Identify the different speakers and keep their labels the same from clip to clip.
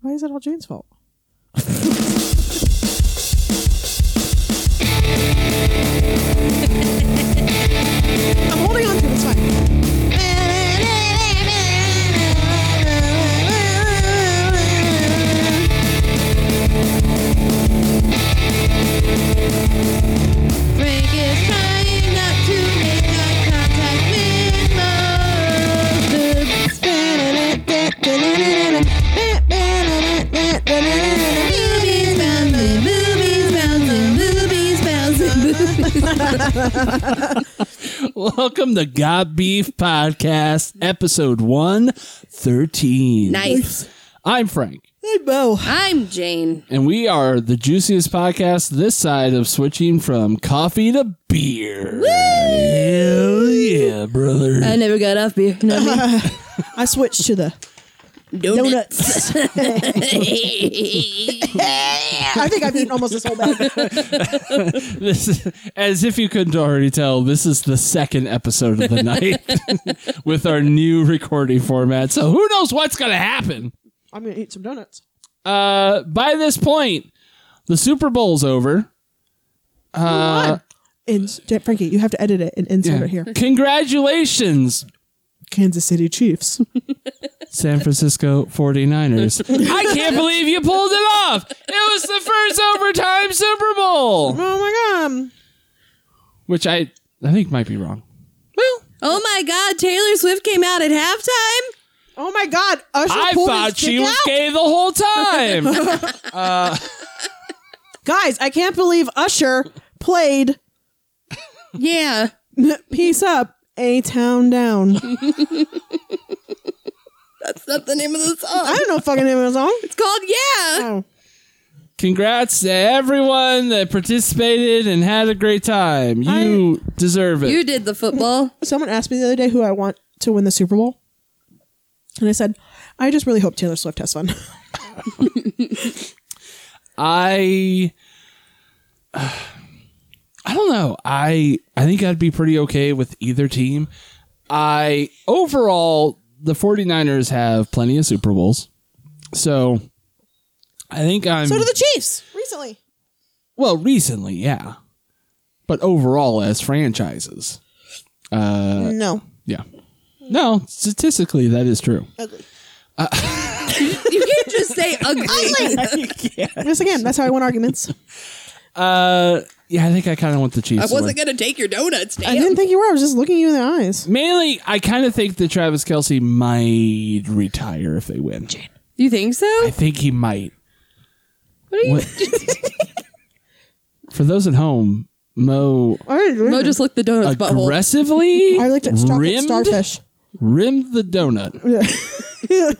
Speaker 1: Why is it all Jane's fault? I'm holding on to it. It's fine.
Speaker 2: Frank is trying not to make eye contact with Mother. Movies, bouncing, movies, bouncing, movies, bouncing, movies.
Speaker 3: Welcome to God Beef Podcast, episode 113.
Speaker 2: Nice.
Speaker 3: I'm Frank,
Speaker 1: Hey, Bo.
Speaker 2: I'm Jane.
Speaker 3: and we are the juiciest podcast this side of switching from coffee to beer. Hell yeah, brother.
Speaker 2: I never got off beer. You know what I
Speaker 1: I switched to the
Speaker 2: mean?
Speaker 1: donuts. I think I've eaten almost this whole bag.
Speaker 3: this is, as if you couldn't already tell, this is the second episode of the night with our new recording format. So who knows what's going to happen?
Speaker 1: I'm going to eat some donuts.
Speaker 3: Uh, by this point, the Super Bowl's over.
Speaker 1: And Ja- Frankie, you have to edit it and insert it here.
Speaker 3: Congratulations,
Speaker 1: Kansas City Chiefs.
Speaker 3: San Francisco 49ers. I can't believe you pulled it off. It was the first overtime Super Bowl,
Speaker 1: Oh my god.
Speaker 3: which I I think might be wrong.
Speaker 1: Well,
Speaker 2: Oh my God, Taylor Swift came out at halftime?
Speaker 1: oh my god. Usher
Speaker 3: I
Speaker 1: pulled
Speaker 3: thought
Speaker 1: his dick
Speaker 3: she was
Speaker 1: out.
Speaker 3: gay the whole time.
Speaker 1: Guys, I can't believe Usher played
Speaker 2: Yeah.
Speaker 1: Peace Up, A Town Down.
Speaker 2: That's not the name of the
Speaker 1: I
Speaker 2: song.
Speaker 1: don't know the fucking name of the song.
Speaker 2: It's called Yeah.
Speaker 1: Oh.
Speaker 3: Congrats to everyone that participated and had a great time. You deserve it.
Speaker 2: You did the football.
Speaker 1: Someone asked me the other day who I want to win the Super Bowl. And I said, I just really hope Taylor Swift has fun.
Speaker 3: I I don't know. I I think I'd be pretty okay with either team. I overall the 49ers have plenty of Super Bowls. So I think I'm
Speaker 1: so do the Chiefs recently.
Speaker 3: well recently, yeah. But overall as franchises.
Speaker 1: no.
Speaker 3: Yeah. No, statistically that is true.
Speaker 1: Uh, Ugly.
Speaker 2: You can't just say ugly.
Speaker 1: Yes, again, that's how I win arguments.
Speaker 3: Uh yeah, I think I kind of want the Chiefs.
Speaker 2: I
Speaker 3: to win.
Speaker 2: wasn't gonna take your donuts,
Speaker 1: I
Speaker 2: damn.
Speaker 1: didn't think you were. I was just looking you in the eyes.
Speaker 3: Mainly, I kind of think that Travis Kelsey might retire if they win.
Speaker 2: You think so?
Speaker 3: I think he might.
Speaker 2: What are you?
Speaker 3: What? For those at home, Mo
Speaker 1: I didn't
Speaker 2: Mo just looked the donuts butthole.
Speaker 3: aggressively
Speaker 1: I looked at chocolate
Speaker 3: rimmed,
Speaker 1: starfish.
Speaker 3: rimmed the donut.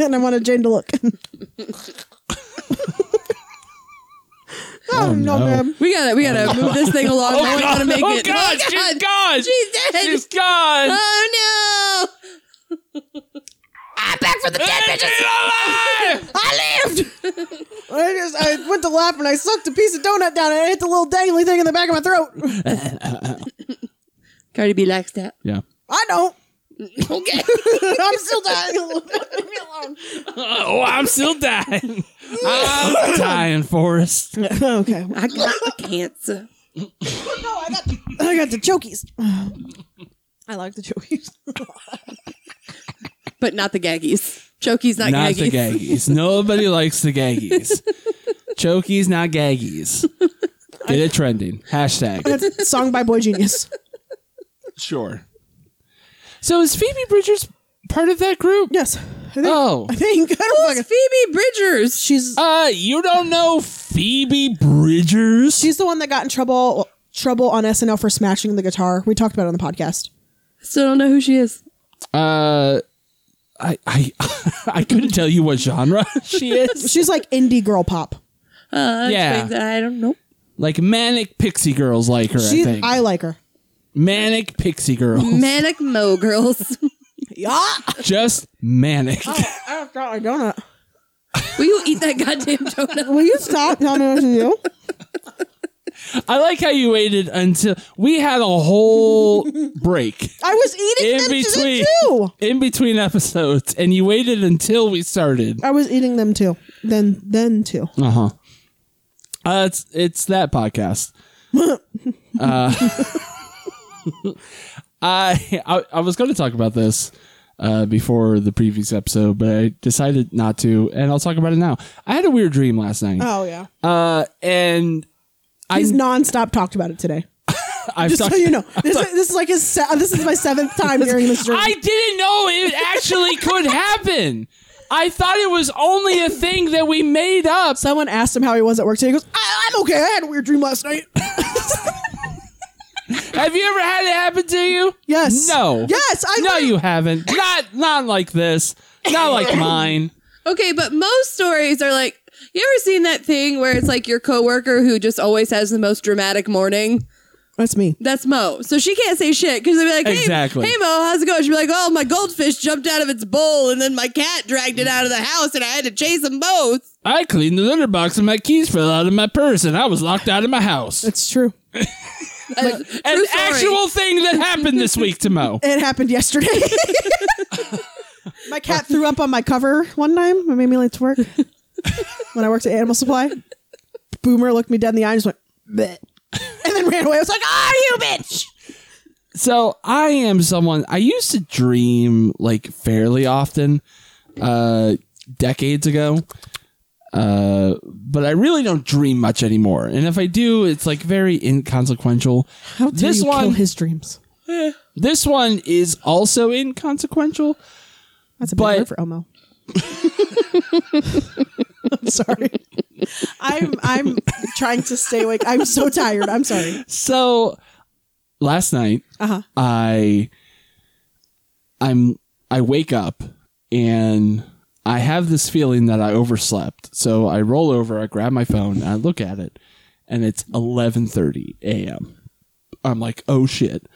Speaker 1: and I wanted Jane to look. oh, Oh, no,
Speaker 3: no.
Speaker 1: ma'am.
Speaker 2: We gotta, we gotta move this thing along. now we gotta make
Speaker 3: oh,
Speaker 2: it.
Speaker 3: God,
Speaker 2: oh
Speaker 3: she's gone.
Speaker 2: She's dead.
Speaker 3: She's gone.
Speaker 2: Uh, oh no! I'm back from the dead, bitches.
Speaker 3: Alive!
Speaker 2: I lived.
Speaker 1: I just I went to laugh and I sucked a piece of donut down and I hit the little dangly thing in the back of my throat.
Speaker 2: Cardi B likes that.
Speaker 3: yeah.
Speaker 1: I don't.
Speaker 2: Okay.
Speaker 1: I'm still dying a little bit. Leave me alone.
Speaker 3: Oh, I'm still dying. I'm dying, Forrest.
Speaker 1: Okay.
Speaker 2: I got the cancer.
Speaker 1: No, I got I got the chokies. I like the chokies.
Speaker 2: But not the gaggies. Chokey's not,
Speaker 3: not
Speaker 2: gaggies.
Speaker 3: the gaggies. Nobody likes the gaggies. Chokies, not gaggies. Get it trending. Hashtag.
Speaker 1: That's song by Boy Genius.
Speaker 3: Sure. So is Phoebe Bridgers part of that group?
Speaker 1: Yes. I think.
Speaker 3: Oh.
Speaker 1: I think. I don't fucking.
Speaker 2: Phoebe Bridgers.
Speaker 1: She's
Speaker 3: Uh, you don't know Phoebe Bridgers?
Speaker 1: she's the one that got in trouble trouble on SNL for smashing the guitar. We talked about it on the podcast.
Speaker 2: Still don't know who she is.
Speaker 3: Uh, I I I couldn't tell you what genre she is.
Speaker 1: She's like indie girl pop.
Speaker 2: Uh,
Speaker 3: Yeah.
Speaker 2: yeah. I don't know.
Speaker 3: Like manic pixie girls like her. I
Speaker 1: She,
Speaker 3: think
Speaker 1: I like her.
Speaker 3: manic pixie girls.
Speaker 2: Manic Mo girls.
Speaker 1: Yeah. I
Speaker 3: Just manic.
Speaker 1: don't got my donut.
Speaker 2: Will you eat that goddamn donut?
Speaker 1: Will you stop telling me what to do?
Speaker 3: I like how you waited until we had a whole break
Speaker 1: I was eating
Speaker 3: in
Speaker 1: them
Speaker 3: between
Speaker 1: too.
Speaker 3: in between episodes, and you waited until we started.
Speaker 1: I was eating them too. Then then too.
Speaker 3: Uh huh. Uh, it's it's that podcast. uh, I, I I was going to talk about this uh, before the previous episode, but I decided not to, and I'll talk about it now. I had a weird dream last night,
Speaker 1: Oh yeah.
Speaker 3: uh, and
Speaker 1: He's nonstop talked about it today.
Speaker 3: I've
Speaker 1: Just
Speaker 3: talked.
Speaker 1: so you know, this, is, this is like his. Se- this is my seventh time hearing this dream.
Speaker 3: I didn't know it actually could happen. I thought it was only a thing that we made up.
Speaker 1: Someone asked him how he was at work today. He goes, I- "I'm okay. I had a weird dream last night."
Speaker 3: Have you ever had it happen to you?
Speaker 1: Yes.
Speaker 3: No.
Speaker 1: Yes, I
Speaker 3: No,
Speaker 1: will.
Speaker 3: you haven't. Not not like this. Not like mine.
Speaker 2: Okay, but most stories are like, you ever seen that thing where it's like your coworker who just always has the most dramatic morning?
Speaker 1: That's me.
Speaker 2: That's Mo. So she can't say shit because they'd be like, hey,
Speaker 3: Exactly.
Speaker 2: hey, Mo, how's it going? She'd be like, oh, my goldfish jumped out of its bowl and then my cat dragged it out of the house and I had to chase them both.
Speaker 3: I cleaned the litter box and my keys fell out of my purse and I was locked out of my house.
Speaker 1: It's true.
Speaker 2: Like,
Speaker 3: An actual thing that happened this week to Mo.
Speaker 1: It happened yesterday. my cat threw up on my cover one time. It made me late to work when I worked at Animal Supply. Boomer looked me dead in the eye and just went, Bleh. and then ran away. I was like, "Ah, you bitch!"
Speaker 3: So I am someone I used to dream like fairly often, uh, decades ago. Uh, but I really don't dream much anymore. And if I do, it's like very inconsequential.
Speaker 1: How dare
Speaker 3: This
Speaker 1: you kill
Speaker 3: one-
Speaker 1: his dreams?
Speaker 3: This one is also inconsequential.
Speaker 1: That's a
Speaker 3: But-
Speaker 1: bad word for Elmo. I'm sorry. I'm I'm trying to stay awake. I'm so tired. I'm sorry.
Speaker 3: So last night
Speaker 1: Uh huh.
Speaker 3: I I'm I wake up and I have this feeling that I overslept. So I roll over, I grab my phone, and I look at it, and it's 11:30 a.m. I'm like, "Oh shit."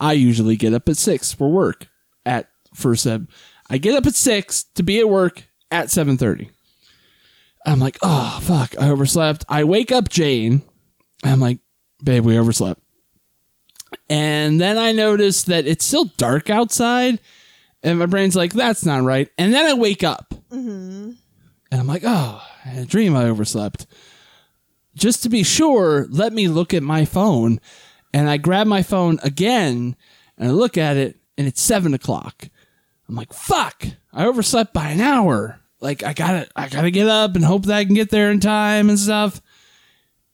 Speaker 3: I usually get up at 6 for work at for seven. I get up at 6 to be at work at 7:30. I'm like, "Oh fuck, I overslept." I wake up Jane. I'm like, "Babe, we overslept." And then I noticed that it's still dark outside. And my brain's like, that's not right. And then I wake up. And I'm like, oh, I had a dream I overslept. Just to be sure, let me look at my phone. And I grab my phone again and I look at it and it's seven o'clock. I'm like, fuck, I overslept by an hour. Like I gotta I gotta get up and hope that I can get there in time and stuff.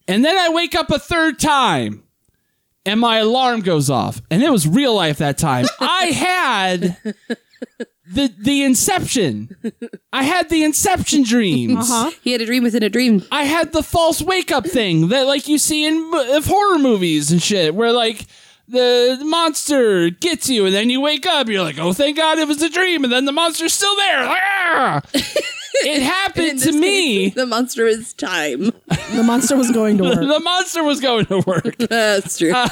Speaker 3: And then I wake up a third time and my alarm goes off and it was real life that time i had the the inception i had the inception dreams
Speaker 1: Uh-huh.
Speaker 2: He had a dream within a dream.
Speaker 3: i had the false wake up thing that like you see in mo- of horror movies and shit where like the the monster gets you and then you wake up you're like oh thank god it was a dream and then the monster's still there Like, ah! it
Speaker 2: In
Speaker 3: happened to
Speaker 2: this
Speaker 3: me
Speaker 2: case, the monster is time.
Speaker 1: The monster was going to work.
Speaker 3: the monster was going to work
Speaker 2: That's true.
Speaker 3: Uh,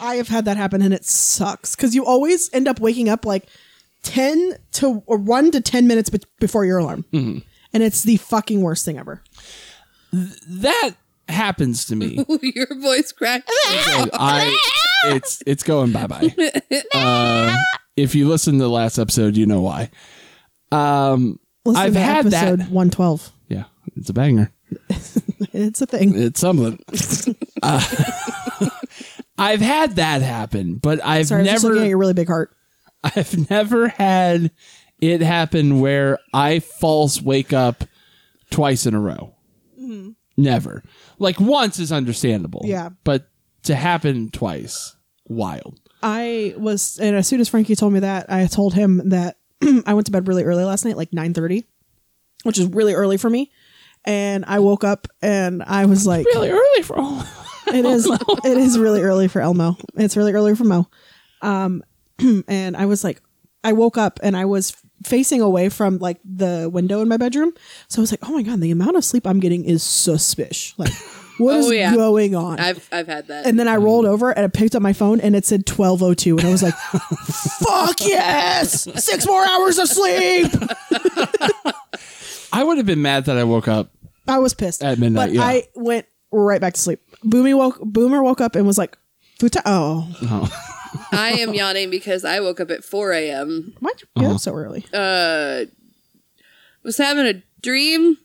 Speaker 1: I have had that happen and it sucks because you always end up waking up like 10 to or 1 to 10 minutes be- before your alarm.
Speaker 3: Mm-hmm.
Speaker 1: And it's the fucking worst thing ever.
Speaker 3: that happens to me
Speaker 2: Your voice cracked.
Speaker 3: And I, it's it's going bye bye. if you listen to the last episode, you know why. Um,
Speaker 1: Listen
Speaker 3: I've
Speaker 1: to
Speaker 3: had that.
Speaker 1: episode 112.
Speaker 3: yeah, it's a banger.
Speaker 1: It's a thing.
Speaker 3: It's something. Uh, I've had that happen, but I've
Speaker 1: Sorry, I was just looking at
Speaker 3: never,
Speaker 1: your really big heart.
Speaker 3: I've never had it happen where I false wake up twice in a row. Never. Like once is understandable.
Speaker 1: Mm-hmm. Yeah.
Speaker 3: but to happen twice, wild.
Speaker 1: I was, and as soon as Frankie told me that, I told him that I went to bed really early last night, like nine thirty, which is really early for me. And I woke up and I was like,
Speaker 3: Really early for all.
Speaker 1: It is. It is really early for Elmo. It's really early for Mo. Um, and I was like, I woke up and I was facing away from like the window in my bedroom. So I was like, oh my god, the amount of sleep I'm getting is suspicious. Like, what is
Speaker 2: Oh, yeah.
Speaker 1: going on?
Speaker 2: I've I've had that.
Speaker 1: and then
Speaker 3: Mm.
Speaker 1: I rolled over and I picked up my phone and it said twelve oh two and I was like, fuck yes, six more hours of sleep.
Speaker 3: I would have been mad that I woke up.
Speaker 1: I was pissed
Speaker 3: At midnight,
Speaker 1: But
Speaker 3: yeah.
Speaker 1: I went right back to sleep. Boomy woke Boomer woke up and was like, "Futa, oh,
Speaker 2: I am yawning because I woke up at 4 a.m.
Speaker 1: why'd you
Speaker 3: Uh-huh.
Speaker 1: get up so early?"
Speaker 2: Uh, was having a dream.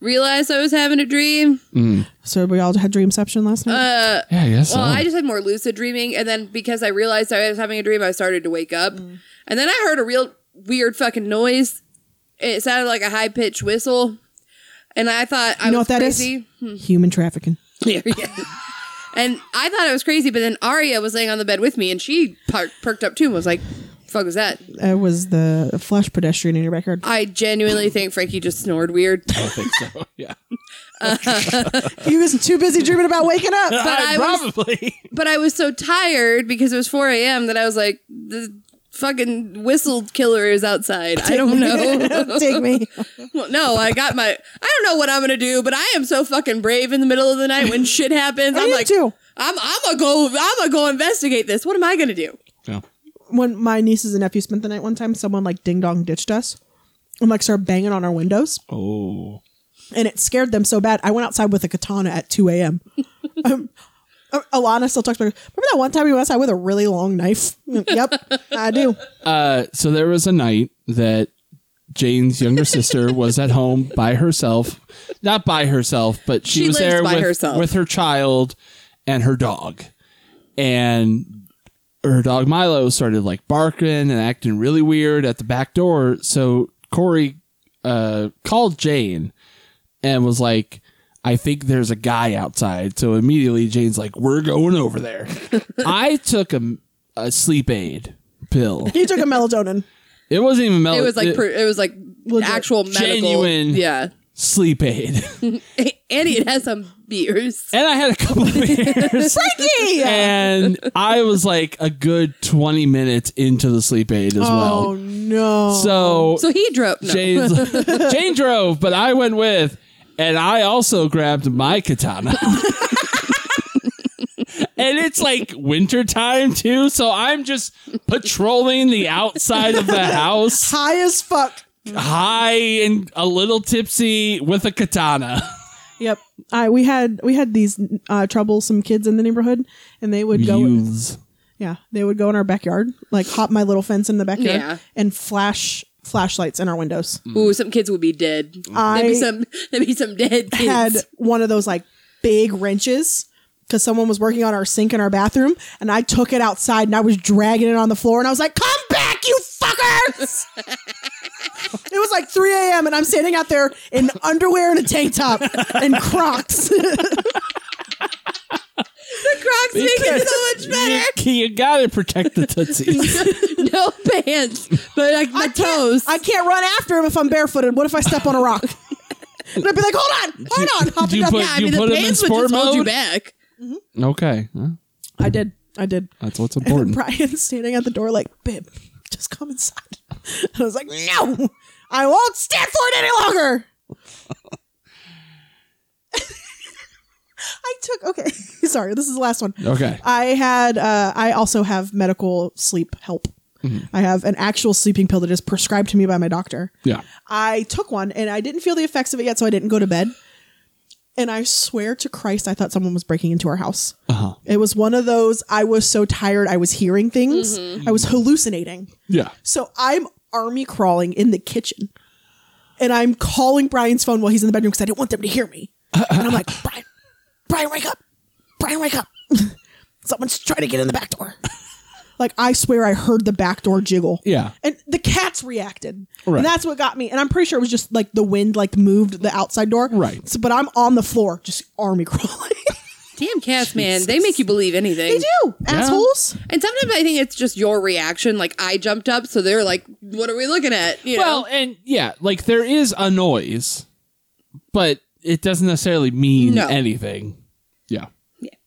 Speaker 2: Realized I was having a dream.
Speaker 1: so we all had dreamception last
Speaker 2: Uh,
Speaker 1: night.
Speaker 3: Yeah, I guess
Speaker 2: Well,
Speaker 3: so.
Speaker 2: I just had more lucid dreaming, and then because I realized I was having a dream, I started to wake up,
Speaker 1: Mm.
Speaker 2: and then I heard a real weird fucking noise. It sounded like a high pitched whistle, and I thought I
Speaker 1: you know
Speaker 2: was
Speaker 1: what that is?
Speaker 2: crazy.
Speaker 1: Human trafficking.
Speaker 2: And I thought it was crazy, but then Aria was laying on the bed with me, and she per- perked up too and was like, "Fuck was that?"
Speaker 1: It was the flash pedestrian in your backyard.
Speaker 2: I genuinely think Frankie just snored weird.
Speaker 3: I think so. Yeah,
Speaker 1: you was too busy dreaming about waking up.
Speaker 2: But I was
Speaker 3: probably.
Speaker 2: but I was so tired because it was 4 a.m. that I was like, the fucking whistle killer is outside. I don't know.
Speaker 1: Take me.
Speaker 2: Well, no, I got my. I don't know what I'm gonna do, but I am so fucking brave in the middle of the night when shit happens.
Speaker 1: I
Speaker 2: I'm
Speaker 1: am
Speaker 2: like,
Speaker 1: too.
Speaker 2: I'm I'm gonna go. I'm gonna go investigate this. What am I gonna do?
Speaker 3: Yeah.
Speaker 1: When my nieces and nephews spent the night one time, someone like ding dong ditched us and like started banging on our windows.
Speaker 3: Oh,
Speaker 1: and it scared them so bad. I went outside with a katana at 2 a.m. um, Alana still talks about remember that one time you went outside with a really long knife? Mm, yep, I do.
Speaker 3: uh, so there was a night that Jane's younger sister was at home by herself. Not by herself, but she,
Speaker 2: She
Speaker 3: was
Speaker 2: lives
Speaker 3: there
Speaker 2: by
Speaker 3: with,
Speaker 2: herself.
Speaker 3: with her child and her dog. And her dog Milo started like barking and acting really weird at the back door. So Corey uh, called Jane and was like, I think there's a guy outside. So immediately Jane's like, We're going over there. I took a, a sleep aid pill.
Speaker 1: He took a melatonin.
Speaker 3: It wasn't even melatonin.
Speaker 2: Oh, It was like pr it was like actual medical,
Speaker 3: Genuine.
Speaker 2: yeah.
Speaker 3: sleep aid.
Speaker 2: And it has some beers.
Speaker 3: and I had a couple of beers. and I was like a good 20 minutes into the sleep aid as
Speaker 1: Oh
Speaker 3: well.
Speaker 1: no!
Speaker 3: So,
Speaker 2: So he drove. No.
Speaker 3: Jane's- Jane drove, but I went with, and I also grabbed my katana. And it's like winter time too, so I'm just patrolling the outside of the house,
Speaker 1: high as fuck.
Speaker 3: high and a little tipsy with a katana.
Speaker 1: Yep. I we had we had these uh, troublesome kids in the neighborhood, and they would go.
Speaker 3: Youths.
Speaker 1: Yeah, they would go in our backyard, like hop my little fence in the backyard,
Speaker 2: Yeah. Mm.
Speaker 1: and flash flashlights in our windows.
Speaker 2: Ooh, some kids would be dead.
Speaker 1: I-
Speaker 2: there'd be some. There'd be some dead kids.
Speaker 1: had one of those like big wrenches because someone was working on our sink in our bathroom and I took it outside and I was dragging it on the floor and I was like, come back, you fuckers! it was like 3 a.m. and I'm standing out there in underwear and a tank top and Crocs.
Speaker 2: Crocs make it so much better.
Speaker 3: You, you gotta protect the tootsies.
Speaker 2: No pants, but like my toes.
Speaker 1: I can't run after him if I'm barefooted. What if I step on a rock? And I'd be like, hold on, hold on, hop
Speaker 3: do
Speaker 1: it
Speaker 3: you
Speaker 1: up.
Speaker 3: put-
Speaker 1: Yeah,
Speaker 2: I
Speaker 1: I,
Speaker 3: you
Speaker 2: mean, the
Speaker 3: put 'em in
Speaker 2: pants would
Speaker 3: sport
Speaker 2: just hold you
Speaker 3: mode?
Speaker 2: back.
Speaker 3: okay, Huh?
Speaker 1: I did. I did.
Speaker 3: that's what's important.
Speaker 1: Brian's standing at the door like, babe, just come inside. And I was like, no, I won't stand for it any longer. I took, okay, sorry, this is the last one.
Speaker 3: Okay.
Speaker 1: I had, uh, I also have medical sleep help.
Speaker 3: Mm-hmm.
Speaker 1: I have an actual sleeping pill that is prescribed to me by my doctor.
Speaker 3: Yeah.
Speaker 1: I took one and I didn't feel the effects of it yet, so I didn't go to bed. And I swear to Christ, I thought someone was breaking into our house.
Speaker 3: Uh-huh.
Speaker 1: It was one of those I was so tired I was hearing things. I was hallucinating.
Speaker 3: Yeah.
Speaker 1: So I'm army crawling in the kitchen. And I'm calling Brian's phone while he's in the bedroom because I didn't want them to hear me. And I'm like, Brian, Brian, wake up. Brian, wake up. Someone's trying to get in the back door. like, I swear I heard the back door jiggle.
Speaker 3: Yeah.
Speaker 1: And the cats reacted.
Speaker 3: Right.
Speaker 1: And that's what got me. And I'm pretty sure it was just like the wind like moved the outside door.
Speaker 3: Right.
Speaker 1: So, but I'm on the floor, just army crawling.
Speaker 2: Damn cats, man. They make you believe anything.
Speaker 1: they do, assholes.
Speaker 2: And sometimes I think it's just your reaction. Like I jumped up, so they're like, "What are we looking at?" You
Speaker 3: Well,
Speaker 2: know.
Speaker 3: and yeah, like there is a noise, but it doesn't necessarily mean
Speaker 2: No.
Speaker 3: anything. Yeah.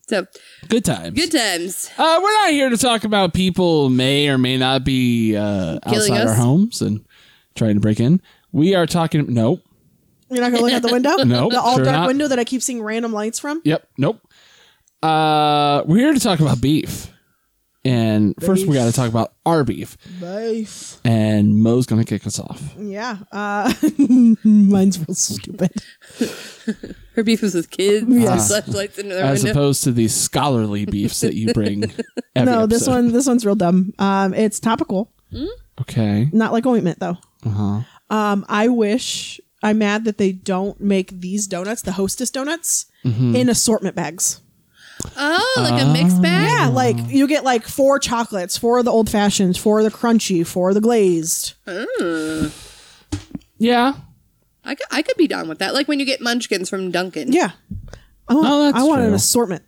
Speaker 2: So
Speaker 3: Good times.
Speaker 2: good times.
Speaker 3: uh, we're not here to talk about people who may or may not be uh,
Speaker 2: Killing
Speaker 3: outside our
Speaker 2: us.
Speaker 3: homes and trying to break in. We are talking. Nope.
Speaker 1: You're not gonna look out the window?
Speaker 3: Nope,
Speaker 1: The all
Speaker 3: sure
Speaker 1: dark
Speaker 3: not.
Speaker 1: window that I keep seeing random lights from?
Speaker 3: Yep. Nope. Uh, we're here to talk about beef. And first, we got to talk about our beef,
Speaker 1: Nice.
Speaker 3: and Mo's gonna kick us off.
Speaker 1: Yeah. Uh, mine's real stupid.
Speaker 2: Her beef was with kids.
Speaker 1: Yes.
Speaker 2: With flashlights in their
Speaker 3: As
Speaker 2: window.
Speaker 3: opposed to the scholarly beefs that you bring. Every
Speaker 1: no, this
Speaker 3: episode.
Speaker 1: one this one's real dumb. Um, it's topical,
Speaker 3: Okay.
Speaker 1: not like ointment though.
Speaker 3: Uh huh.
Speaker 1: Um, I wish I'm mad that they don't make these donuts, the Hostess donuts,
Speaker 3: Mm-hmm.
Speaker 1: in assortment bags.
Speaker 2: oh, like a mixed bag?
Speaker 1: Yeah, like you get like four chocolates, four of the old fashions, four of the crunchy, four of the glazed.
Speaker 3: Yeah.
Speaker 2: I could, I could be down with that. Like when you get munchkins from Dunkin'.
Speaker 1: Yeah, I want,
Speaker 3: Oh, that's
Speaker 1: I want an
Speaker 3: true.
Speaker 1: assortment,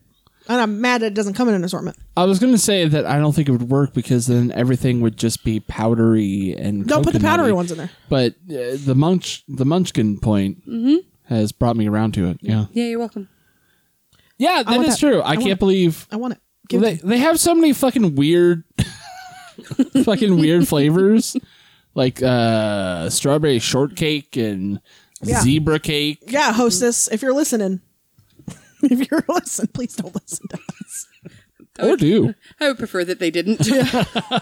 Speaker 1: and I'm mad that it doesn't come in an assortment.
Speaker 3: I was gonna say that I don't think it would work because then everything would just be powdery and.
Speaker 1: Don't put the powdery
Speaker 3: coconutty.
Speaker 1: ones in there.
Speaker 3: But uh, the munch, the munchkin point
Speaker 1: Mm-hmm.
Speaker 3: has brought me around to it. Yeah.
Speaker 2: Yeah, you're welcome.
Speaker 3: Yeah, that
Speaker 1: want
Speaker 3: is
Speaker 1: that.
Speaker 3: true. I,
Speaker 1: want
Speaker 3: can't
Speaker 1: it.
Speaker 3: believe
Speaker 1: I want it. Give
Speaker 3: they
Speaker 1: it.
Speaker 3: they have so many fucking weird, fucking weird flavors, like uh strawberry shortcake and
Speaker 1: Yeah.
Speaker 3: zebra cake.
Speaker 1: Yeah, Hostess, if you're listening, if you're listening, please don't listen to us.
Speaker 3: Or Oh, do
Speaker 2: I would prefer that they didn't.
Speaker 1: I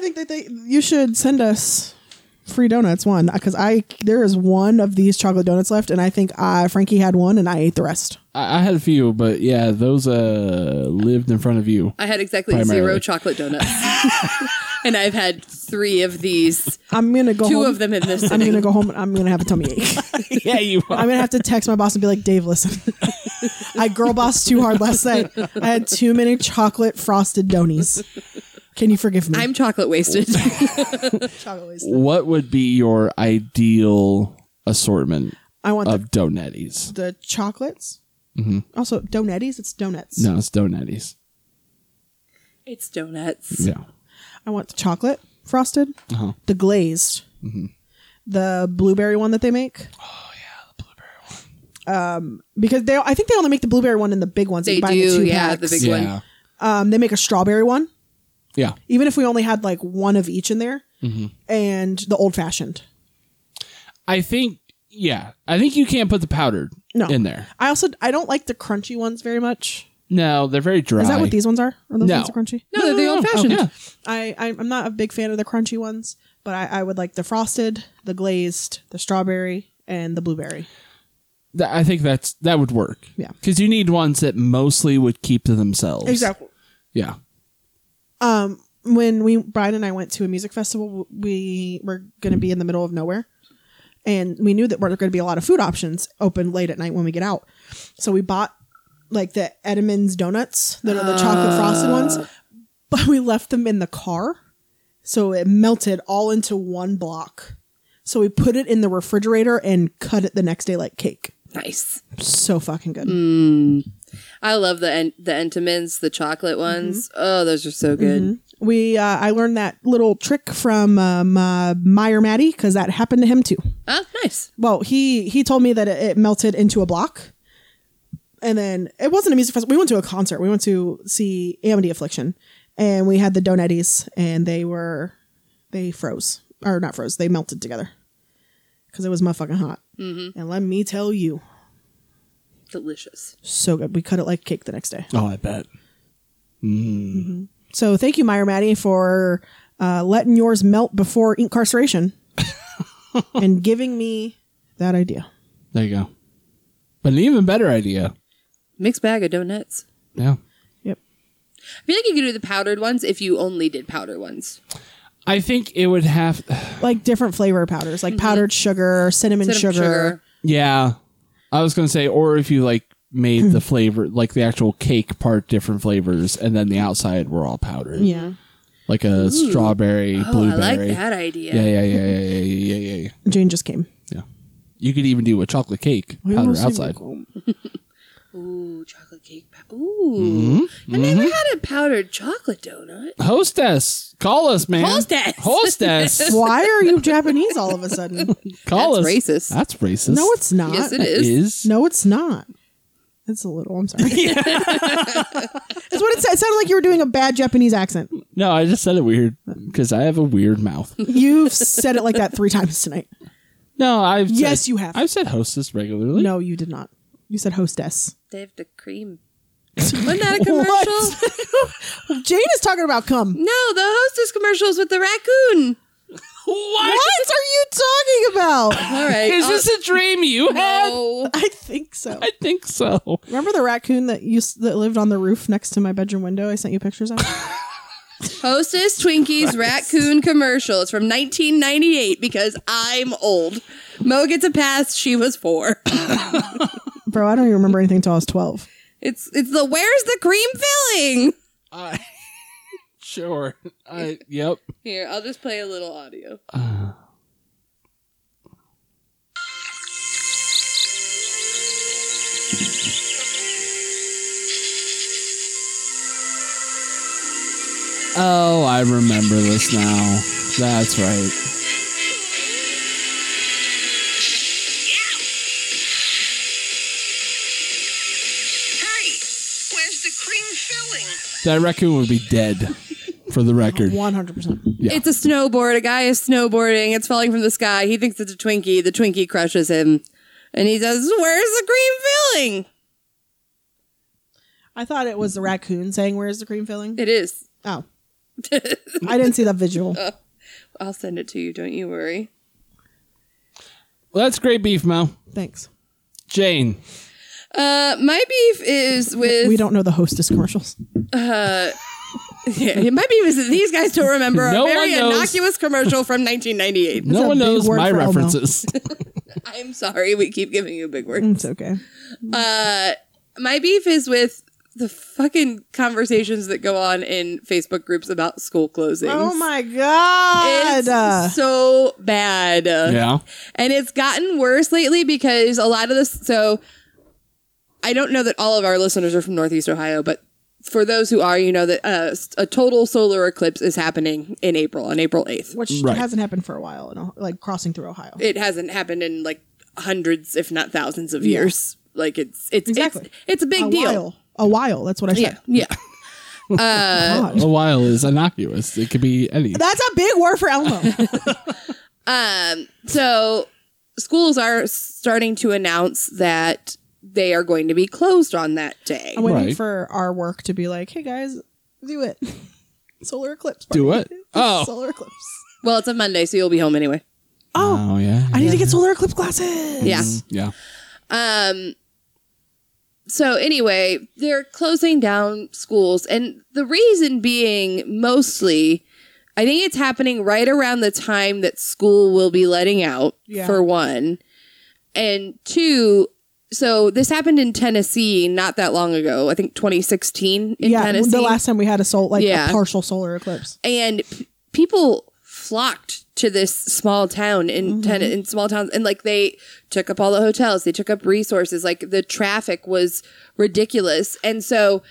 Speaker 1: think that they you should send us free donuts one because I there is one of these chocolate donuts left, and I think I Frankie had one and I ate the rest.
Speaker 3: I, I had a few, but yeah, those uh lived in front of you.
Speaker 2: I had exactly
Speaker 3: Primarily.
Speaker 2: zero chocolate donuts. and I've had three of these,
Speaker 1: I'm gonna go
Speaker 2: two
Speaker 1: home.
Speaker 2: of them in this
Speaker 1: I'm
Speaker 2: sitting.
Speaker 1: gonna go home. and I'm gonna have a tummy ache.
Speaker 3: yeah, you.
Speaker 1: I'm gonna have to text my boss and be like, Dave, listen, I girl bossed too hard last night. I had too many chocolate frosted donies. Can you forgive me?
Speaker 2: I'm chocolate wasted.
Speaker 1: chocolate wasted.
Speaker 3: What would be your ideal assortment
Speaker 1: I want the,
Speaker 3: of donetties?
Speaker 1: the chocolates. Also, donetties. It's donuts.
Speaker 3: No, it's donetties.
Speaker 2: it's donuts.
Speaker 3: Yeah.
Speaker 1: I want the chocolate frosted,
Speaker 3: Uh-huh.
Speaker 1: the glazed, the blueberry one that they make. Mm-hmm. Oh yeah, the blueberry one. Um, because they, I think they only make the blueberry one in the big ones. that
Speaker 2: They
Speaker 1: you buy in
Speaker 2: do,
Speaker 1: the two
Speaker 2: yeah,
Speaker 1: packs.
Speaker 2: the big
Speaker 3: yeah.
Speaker 2: one.
Speaker 1: Um, they make a strawberry one.
Speaker 3: Yeah.
Speaker 1: Even if we only had like one of each in there,
Speaker 2: Mm-hmm.
Speaker 1: and the old fashioned.
Speaker 3: I think. Yeah, I think you can't put the powdered
Speaker 1: No.
Speaker 3: in there.
Speaker 1: I also I don't like the crunchy ones very much.
Speaker 3: No, they're very dry.
Speaker 1: Is that what these ones are? Are those
Speaker 3: No.
Speaker 1: ones that are crunchy?
Speaker 2: No, they're the old fashioned.
Speaker 3: Yeah.
Speaker 1: I, I I'm not a big fan of the crunchy ones, but I, I would like the frosted, the glazed, the strawberry, and the blueberry.
Speaker 3: Th- I think that's that would work.
Speaker 1: Yeah.
Speaker 3: because you need ones that mostly would keep to themselves. Yeah.
Speaker 1: Um, when we Brian and I went to a music festival, we were going to be in the middle of nowhere, and we knew that weren't going to be a lot of food options open late at night when we get out. So we bought like the Edamins donuts that are the chocolate frosted ones, but we left them in the car, so it melted all into one block. So we put it in the refrigerator and cut it the next day like cake.
Speaker 2: Nice.
Speaker 1: So fucking good.
Speaker 2: I love the en- the Entenmann's, the chocolate ones. Oh, those are so good.
Speaker 1: We uh, I learned that little trick from um, uh, Meyer Maddie because that happened to him too.
Speaker 2: Oh, nice.
Speaker 1: well he he told me that it, it melted into a block and then it wasn't a music festival we went to a concert we went to see amity affliction and we had the donetties and they were they froze or not froze they melted together because it was motherfucking hot mm-hmm. and let me tell you
Speaker 2: Delicious.
Speaker 1: so good we cut it like cake the next day
Speaker 3: Oh, I bet.
Speaker 1: so thank you meyer maddie for uh, letting yours melt before incarceration and giving me that idea
Speaker 3: There you go. But an even better idea.
Speaker 2: Mixed bag of donuts.
Speaker 3: Yeah.
Speaker 1: yep
Speaker 2: I feel like you could do the powdered ones if you only did powder ones.
Speaker 3: I think it would have.
Speaker 1: like different flavor powders, like powdered sugar, cinnamon,
Speaker 2: Instead of
Speaker 1: sugar.
Speaker 3: Yeah, I was gonna say, or if you like made the flavor, like the actual cake part, different flavors, and then the outside were all powdered.
Speaker 1: Yeah.
Speaker 3: like a strawberry,
Speaker 2: Oh,
Speaker 3: blueberry.
Speaker 2: I like that idea.
Speaker 3: Yeah, yeah, yeah, yeah, yeah, yeah, yeah, yeah.
Speaker 1: Jane just came.
Speaker 3: yeah. You could even do a chocolate cake powder outside.
Speaker 2: Ooh, chocolate cake. pow- Ooh.
Speaker 3: Mm-hmm.
Speaker 2: I never had a powdered chocolate donut.
Speaker 3: Hostess, call us, man.
Speaker 2: Hostess.
Speaker 3: hostess,
Speaker 1: Why are you Japanese all of a sudden?
Speaker 3: call
Speaker 2: That's
Speaker 3: us.
Speaker 2: racist.
Speaker 3: That's racist.
Speaker 1: No, it's not.
Speaker 2: Yes, it is.
Speaker 3: is.
Speaker 1: No, it's not. It's a little. I'm sorry. That's what it said. It sounded like you were doing a bad Japanese accent.
Speaker 3: No, I just said it weird because I have a weird mouth.
Speaker 1: You've said it like that three times tonight.
Speaker 3: No, I've
Speaker 1: Yes,
Speaker 3: said-
Speaker 1: you have.
Speaker 3: I've said hostess regularly.
Speaker 1: No, you did not. You said hostess.
Speaker 2: They have the cream. Wasn't that a commercial?
Speaker 1: Jane is talking about cum.
Speaker 2: No, the hostess commercials with the raccoon.
Speaker 1: What are you talking about?
Speaker 2: All right.
Speaker 3: Is
Speaker 2: I'll-
Speaker 3: this a dream you had?
Speaker 2: No.
Speaker 1: I think so.
Speaker 3: I think so.
Speaker 1: Remember the raccoon that used that lived on the roof next to my bedroom window? I sent you pictures of.
Speaker 2: Hostess Twinkies raccoon commercial. It's from 1998 because I'm old. Mo gets a pass. She was four.
Speaker 1: Bro, I don't even remember anything until I was twelve.
Speaker 2: It's it's the where's the cream filling?
Speaker 3: I sure. I yep.
Speaker 2: Here, I'll just play a little audio.
Speaker 3: Oh, I remember this now. That's right.
Speaker 4: Hey, where's the cream filling?
Speaker 3: That raccoon would be dead, for the record.
Speaker 1: One hundred percent.
Speaker 3: Yeah.
Speaker 2: It's a snowboard. A guy is snowboarding. It's falling from the sky. He thinks it's a Twinkie. The Twinkie crushes him. And he says, Where's the cream filling?
Speaker 1: I thought it was the raccoon saying, "Where's the cream filling?"
Speaker 2: It is.
Speaker 1: Oh, I didn't see that visual.
Speaker 2: I'll send it to you. Don't you worry.
Speaker 3: Well, that's great beef, Mo.
Speaker 1: Thanks.
Speaker 3: Jane.
Speaker 2: Uh, my beef is with.
Speaker 1: We don't know the hostess commercials.
Speaker 2: Yeah, it might be because these guys don't remember
Speaker 3: No
Speaker 2: a very
Speaker 3: one knows.
Speaker 2: innocuous commercial from 1998.
Speaker 3: No
Speaker 1: a
Speaker 3: one
Speaker 1: big
Speaker 3: knows
Speaker 1: word
Speaker 3: my
Speaker 1: for Elmo.
Speaker 3: references.
Speaker 2: I'm sorry, we keep giving you big words.
Speaker 1: It's okay.
Speaker 2: Uh, my beef is with the fucking conversations that go on in Facebook groups about school closings.
Speaker 1: Oh my god! Uh,
Speaker 2: It's so bad.
Speaker 3: yeah.
Speaker 2: And it's gotten worse lately because a lot of this. So I don't know that all of our listeners are from Northeast Ohio, but for those who are, you know that uh, a total solar eclipse is happening in April, on April 8th.
Speaker 1: Which
Speaker 3: Right.
Speaker 1: hasn't happened for a while, in, Oh- like crossing through Ohio.
Speaker 2: It hasn't happened in like hundreds, if not thousands of years. Like it's it's
Speaker 1: Exactly.
Speaker 2: it's, it's a big
Speaker 1: a
Speaker 2: deal.
Speaker 1: while. A while. That's what I
Speaker 2: Yeah,
Speaker 1: said.
Speaker 2: yeah.
Speaker 1: God.
Speaker 3: A while is innocuous. It could be any.
Speaker 1: That's a big word for Elmo.
Speaker 2: Um, so schools are starting to announce that they are going to be closed on that day.
Speaker 1: I'm waiting
Speaker 3: Right.
Speaker 1: for our work to be like, hey guys, do it. Solar eclipse.
Speaker 3: Do
Speaker 1: party.
Speaker 3: it. Oh.
Speaker 1: Solar eclipse.
Speaker 2: Well, it's a Monday, so you'll be home anyway.
Speaker 1: Oh,
Speaker 3: Oh yeah.
Speaker 1: I need to get solar eclipse glasses.
Speaker 2: Yeah.
Speaker 3: Yeah.
Speaker 2: Um so anyway, they're closing down schools and the reason being mostly I think it's happening right around the time that school will be letting out
Speaker 1: Yeah.
Speaker 2: for one. And two, so this happened in Tennessee not that long ago. I think 2016 in
Speaker 1: yeah,
Speaker 2: Tennessee.
Speaker 1: the last time we had a sol like
Speaker 2: Yeah.
Speaker 1: a partial solar eclipse.
Speaker 2: and p- people flocked to this small town in ten- in small towns and like they took up all the hotels they took up resources like the traffic was ridiculous and so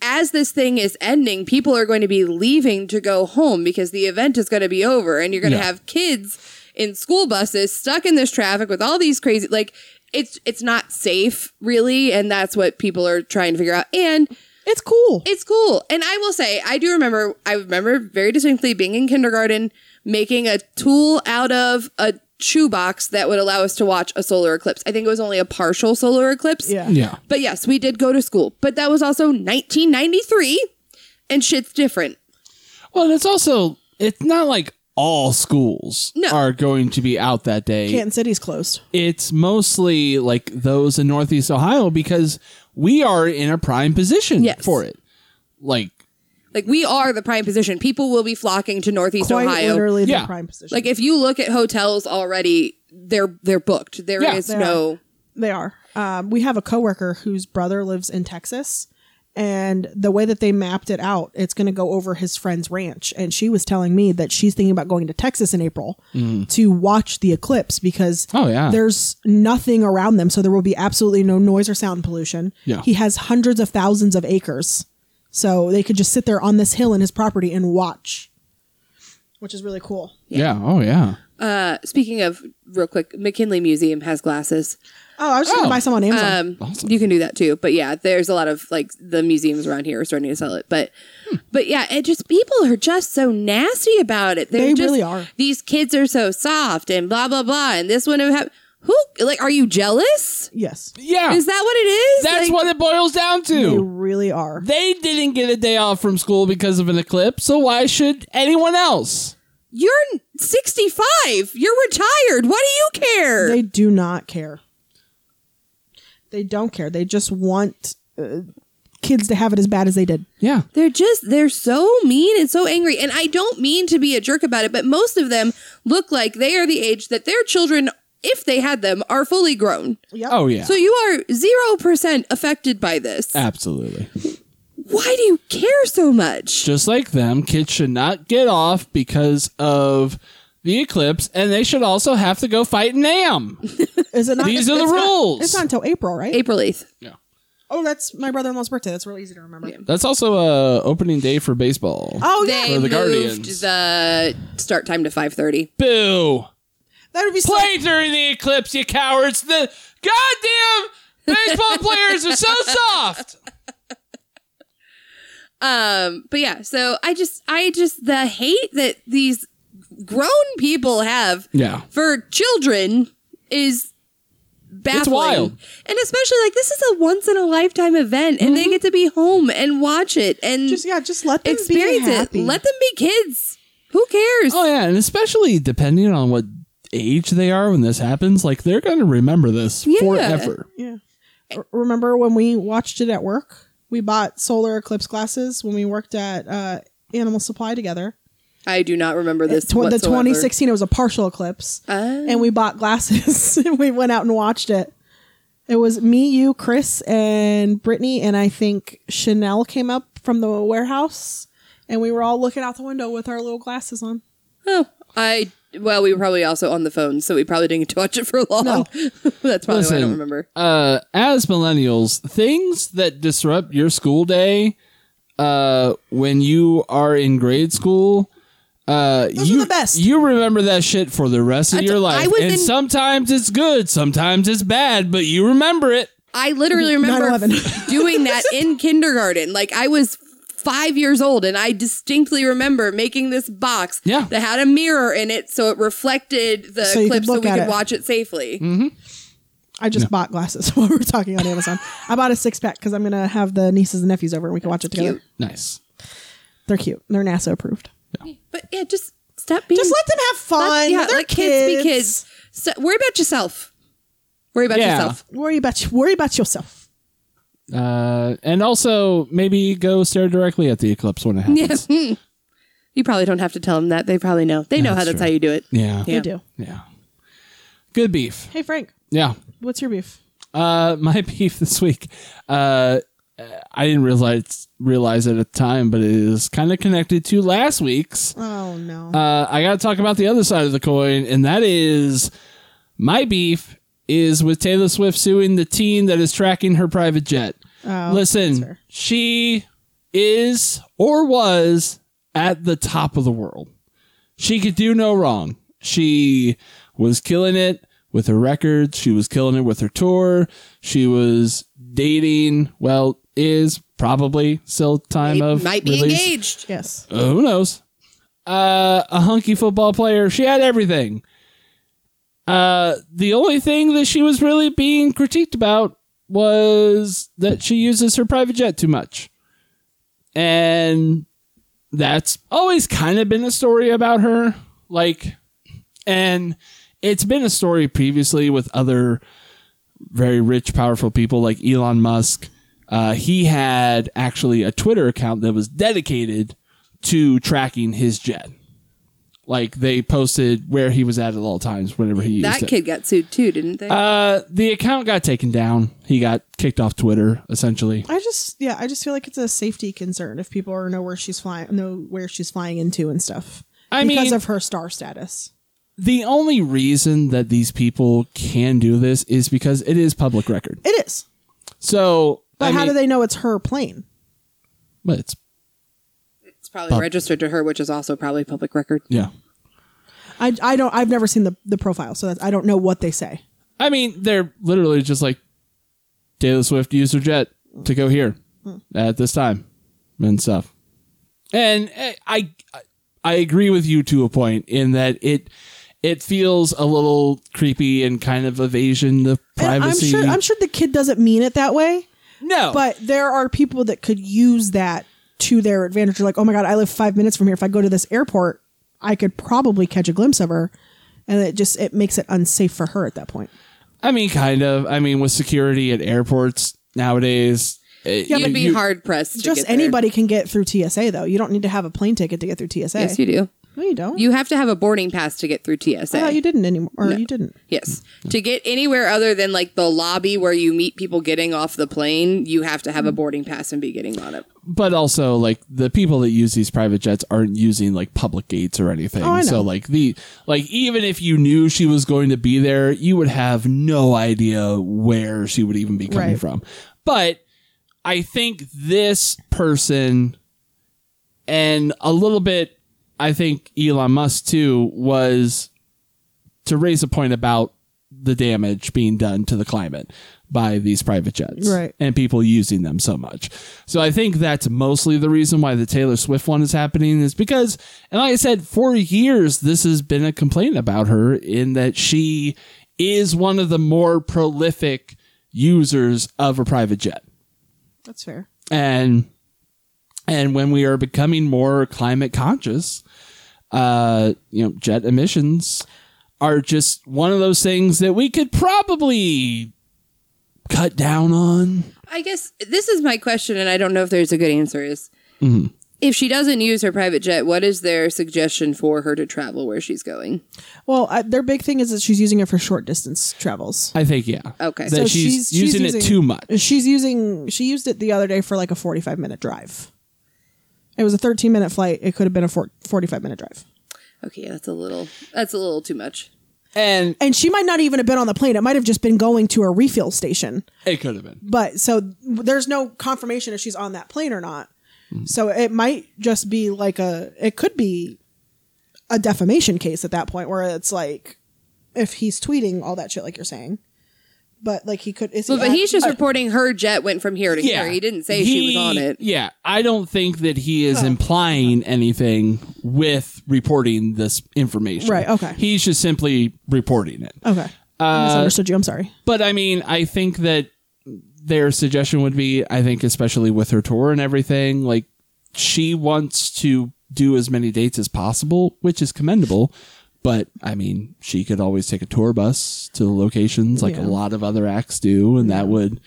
Speaker 2: as this thing is ending people are going to be leaving to go home because the event is going to be over and you're going to
Speaker 3: Yeah.
Speaker 2: have kids in school buses stuck in this traffic with all these crazy like it's it's not safe really and that's what people are trying to figure out and
Speaker 1: It's cool.
Speaker 2: it's cool. And I will say, I do remember, I remember very distinctly being in kindergarten, making a tool out of a shoebox that would allow us to watch a solar eclipse. I think it was only a partial solar eclipse.
Speaker 1: yeah.
Speaker 3: Yeah.
Speaker 2: But yes, we did go to school. But that was also 1993, and shit's different.
Speaker 3: Well, and it's also it's not like all schools
Speaker 2: No.
Speaker 3: are going to be out that day.
Speaker 1: Canton City's closed.
Speaker 3: It's mostly like those in Northeast Ohio because we are in a prime position
Speaker 2: Yes.
Speaker 3: for it. Like
Speaker 2: Like, we are the prime position. People will be flocking to Northeast
Speaker 1: Quite
Speaker 2: Ohio.
Speaker 1: literally
Speaker 3: Yeah.
Speaker 1: the prime position.
Speaker 2: Like, if you look at hotels already, they're they're booked. There is
Speaker 3: Yeah,
Speaker 1: they
Speaker 2: no.
Speaker 1: They are. Um, we have a coworker whose brother lives in Texas, and the way that they mapped it out, it's going to go over his friend's ranch. And she was telling me that she's thinking about going to Texas in April to watch the eclipse because
Speaker 3: Mm. Oh, yeah.
Speaker 1: there's nothing around them, so there will be absolutely no noise or sound pollution.
Speaker 3: Yeah.
Speaker 1: he has hundreds of thousands of acres, so they could just sit there on this hill in his property and watch, which is really cool.
Speaker 3: yeah, oh yeah.
Speaker 2: Uh, speaking of, real quick, McKinley Museum has glasses.
Speaker 1: Oh, I was just going
Speaker 3: Oh.
Speaker 1: to buy some on Amazon.
Speaker 2: Um, You can do that too. But yeah, there's a lot of like the museums around here are starting to sell it. But
Speaker 1: Hmm.
Speaker 2: but yeah, it just people are just so nasty about it. They're
Speaker 1: They
Speaker 2: just,
Speaker 1: really are.
Speaker 2: These kids are so soft and blah blah blah. And this one have Who like are you jealous?
Speaker 1: Yes,
Speaker 3: Yeah.
Speaker 2: Is that what it is?
Speaker 3: That's
Speaker 2: Like,
Speaker 3: what it boils down
Speaker 1: they
Speaker 3: to.
Speaker 1: really are.
Speaker 3: They didn't get a day off from school because of an eclipse, so why should anyone else?
Speaker 2: you're 65. You're retired. What do you care?
Speaker 1: They do not care. They don't care. They just want uh, kids to have it as bad as they did.
Speaker 3: Yeah.
Speaker 2: They're just they're so mean and so angry. And I don't mean to be a jerk about it, but most of them look like they are the age that their children, if they had them, are fully grown.
Speaker 3: Oh yeah.
Speaker 2: So you are zero percent affected by this.
Speaker 3: Absolutely.
Speaker 2: Why do you care so much?
Speaker 3: Just like them, kids should not get off because of the eclipse, and they should also have to go fight NAM.
Speaker 1: Is it not?
Speaker 3: These are the
Speaker 1: it's not-
Speaker 3: rules.
Speaker 1: it's not until April, right?
Speaker 2: April 8th.
Speaker 1: Oh, that's my brother-in-law's birthday. That's really easy to remember.
Speaker 3: That's also uh, opening day for baseball.
Speaker 1: Oh yeah,
Speaker 2: They
Speaker 3: For the
Speaker 2: moved
Speaker 3: Guardians.
Speaker 2: the start time to 5:30.
Speaker 3: Boo!
Speaker 1: that would be so
Speaker 3: Play during the eclipse, you cowards! The goddamn baseball players are so soft.
Speaker 2: Um, but yeah, so I just I just the hate that these grown people have
Speaker 3: Yeah.
Speaker 2: for children is baffling.
Speaker 3: wild.
Speaker 2: And especially like this is a once in a lifetime event and
Speaker 3: Mm-hmm.
Speaker 2: they get to be home and watch it and
Speaker 1: just yeah, just let them
Speaker 2: experience
Speaker 1: be
Speaker 2: it.
Speaker 1: happy.
Speaker 2: Let them be kids. Who cares?
Speaker 3: Oh yeah, and especially depending on what age they are when this happens, like they're gonna remember this
Speaker 2: Yeah.
Speaker 3: forever.
Speaker 1: yeah. R- remember when we watched it at work? We bought solar eclipse glasses when we worked at uh, Animal Supply together.
Speaker 2: I do not remember this.
Speaker 1: Tw- the
Speaker 2: whatsoever. Oh.
Speaker 1: 2016, it was a partial eclipse, and we bought glasses and we went out and watched it. It was me, you, Chris, and Brittany, and I think Chanel came up from the warehouse, and we were all looking out the window with our little glasses on.
Speaker 2: Oh, I well, we were probably also on the phone, so we probably didn't get to watch it for long.
Speaker 1: No.
Speaker 2: That's probably why I
Speaker 3: Listen,
Speaker 2: don't remember.
Speaker 3: Uh, as millennials, things that disrupt your school day, uh, when you are in grade school, uh,
Speaker 1: Those are
Speaker 3: you
Speaker 1: the best.
Speaker 3: you remember that shit for the rest of
Speaker 2: That's-
Speaker 3: your
Speaker 2: I
Speaker 3: life,
Speaker 2: was
Speaker 3: and
Speaker 2: in-
Speaker 3: sometimes it's good, sometimes it's bad, but you remember it.
Speaker 2: I literally remember
Speaker 1: 9/11.
Speaker 2: doing that in kindergarten. Like I was five years old, and I distinctly remember making this box
Speaker 3: Yeah.
Speaker 2: that had a mirror in it, so it reflected the
Speaker 1: So you could
Speaker 2: clip, so
Speaker 1: look
Speaker 2: we
Speaker 1: at
Speaker 2: could
Speaker 1: it.
Speaker 2: watch it safely.
Speaker 3: Mm-hmm.
Speaker 1: I just bought glasses while we were talking on Amazon. I bought a six pack because I'm gonna have the nieces and nephews over and we can watch it together.
Speaker 2: Cute.
Speaker 3: Nice.
Speaker 1: They're cute. They're NASA approved.
Speaker 2: But yeah, just stop being.
Speaker 1: Just let them have fun.
Speaker 2: Mm. let- yeah,
Speaker 1: They're
Speaker 2: let kids. be kids. So, worry about yourself. Worry about
Speaker 3: Yeah.
Speaker 2: yourself.
Speaker 1: Worry about worry about yourself.
Speaker 3: Uh, and also maybe go stare directly at the eclipse when it
Speaker 2: Yeah.
Speaker 3: happens.
Speaker 2: Hmm. You probably don't have to tell them that. They probably know. They know how
Speaker 3: That's
Speaker 2: that's
Speaker 3: true.
Speaker 2: how you do it.
Speaker 3: Yeah.
Speaker 1: They
Speaker 3: Yeah.
Speaker 1: do.
Speaker 3: Good beef.
Speaker 1: Hey Frank,
Speaker 3: Yeah.
Speaker 1: what's your beef?
Speaker 3: Uh, my beef this week. Uh, I didn't realize realize it at the time, but it is kind of connected to last week's.
Speaker 1: Oh no.
Speaker 3: Uh, I got to talk about the other side of the coin, and that is my beef is with Taylor Swift suing the team that is tracking her private jet. Listen, she is or was at the top of the world. She could do no wrong. She was killing it with her records. She was killing it with her tour. She was dating, well, is probably still time of
Speaker 2: Might be
Speaker 3: release.
Speaker 2: engaged.
Speaker 1: yes.
Speaker 3: Uh, who knows? Uh, a hunky football player. She had everything. Uh, the only thing that she was really being critiqued about was that she uses her private jet too much. And that's always kind of been a story about her. Like, and it's been a story previously with other very rich, powerful people like Elon Musk. Uh, he had actually a Twitter account that was dedicated to tracking his jet. Like they posted where he was at at all times whenever he used
Speaker 2: That
Speaker 3: it.
Speaker 2: kid got sued too, didn't they?
Speaker 3: Uh, the account got taken down. He got kicked off Twitter, essentially.
Speaker 1: I just yeah, I just feel like it's a safety concern if people are know where she's flying know where she's flying into and stuff.
Speaker 3: I
Speaker 1: because
Speaker 3: mean-
Speaker 1: of her star status.
Speaker 3: The only reason that these people can do this is because it is public record.
Speaker 1: It is.
Speaker 3: So,
Speaker 1: But
Speaker 3: I
Speaker 1: how
Speaker 3: mean-
Speaker 1: do they know it's her plane?
Speaker 3: But it's
Speaker 2: it's
Speaker 3: uh,
Speaker 2: probably registered to her, which is also probably public record.
Speaker 3: yeah.
Speaker 1: I, I don't I've never seen the, the profile, so that's, I don't know what they say.
Speaker 3: I mean, they're literally just like Taylor Swift used her jet to go here at this time and stuff. And eh, I, I agree with you to a point in that it it feels a little creepy and kind of evasion of
Speaker 1: And I'm
Speaker 3: privacy.
Speaker 1: sure I'm sure the kid doesn't mean it that way,
Speaker 3: no,
Speaker 1: but there are people that could use that to their advantage. They're like, oh my god, I live five minutes from here. If I go to this airport, I could probably catch a glimpse of her, and it just it makes it unsafe for her at that point.
Speaker 3: I mean, kind of. I mean, with security at airports nowadays, it,
Speaker 1: Yeah,
Speaker 3: you-
Speaker 1: but
Speaker 2: Be
Speaker 3: you-
Speaker 2: hard pressed. to
Speaker 1: Just
Speaker 2: get there.
Speaker 1: anybody can get through TSA though. You don't need to have a plane ticket to get through TSA.
Speaker 2: Yes, you do.
Speaker 1: no, you don't.
Speaker 2: You have to have a boarding pass to get through TSA.
Speaker 1: I thought Uh, you didn't anymore, or you didn't.
Speaker 2: Yes. To get anywhere other than like the lobby where you meet people getting off the plane, you have to have a boarding pass and be getting on it.
Speaker 3: but also like the people that use these private jets aren't using like public gates or anything.
Speaker 1: Oh, I know.
Speaker 3: So like the like even if you knew she was going to be there, you would have no idea where she would even be coming
Speaker 1: Right.
Speaker 3: from. But I think this person and a little bit I think Elon Musk too was to raise a point about the damage being done to the climate by these private jets
Speaker 1: Right.
Speaker 3: and people using them so much. So I think that's mostly the reason why the Taylor Swift one is happening is because and like I said for years this has been a complaint about her in that she is one of the more prolific users of a private jet
Speaker 1: That's fair.
Speaker 3: and and when we are becoming more climate conscious uh you know jet emissions are just one of those things that we could probably cut down on
Speaker 2: I guess this is my question, and I don't know if there's a good answer. Is
Speaker 3: Mm-hmm.
Speaker 2: if she doesn't use her private jet, what is their suggestion for her to travel where she's going?
Speaker 1: Well, I, their big thing is that she's using it for short distance travels.
Speaker 3: i think yeah
Speaker 2: Okay.
Speaker 3: that
Speaker 2: So
Speaker 3: she's, using, it too much
Speaker 1: She's using she used it the other day for like a 45 minute drive. It was a 13 minute flight. It could have been a four, 45 minute drive.
Speaker 2: Okay, that's a little that's a little too much.
Speaker 3: and
Speaker 1: And she might not even have been on the plane. It might have just been going to a refill station.
Speaker 3: it could have been
Speaker 1: But so there's no confirmation if she's on that plane or not. So it might just be like a it could be a defamation case at that point where it's like if he's tweeting all that shit like you're saying. But like he could is
Speaker 2: But,
Speaker 1: he
Speaker 2: but
Speaker 1: act-
Speaker 2: he's just reporting her jet went from here to
Speaker 3: yeah
Speaker 2: here. He didn't say she was on
Speaker 3: He-
Speaker 2: it.
Speaker 3: yeah i don't think that he is implying anything with reporting this information
Speaker 1: Right, okay.
Speaker 3: he's just simply reporting it
Speaker 1: Okay. I misunderstood you. I'm sorry.
Speaker 3: But I mean, I think that their suggestion would be, I think, especially with her tour and everything, like she wants to do as many dates as possible, which is commendable. But I mean, she could always take a tour bus to the locations like a
Speaker 1: Yeah.
Speaker 3: lot of other acts do, and that would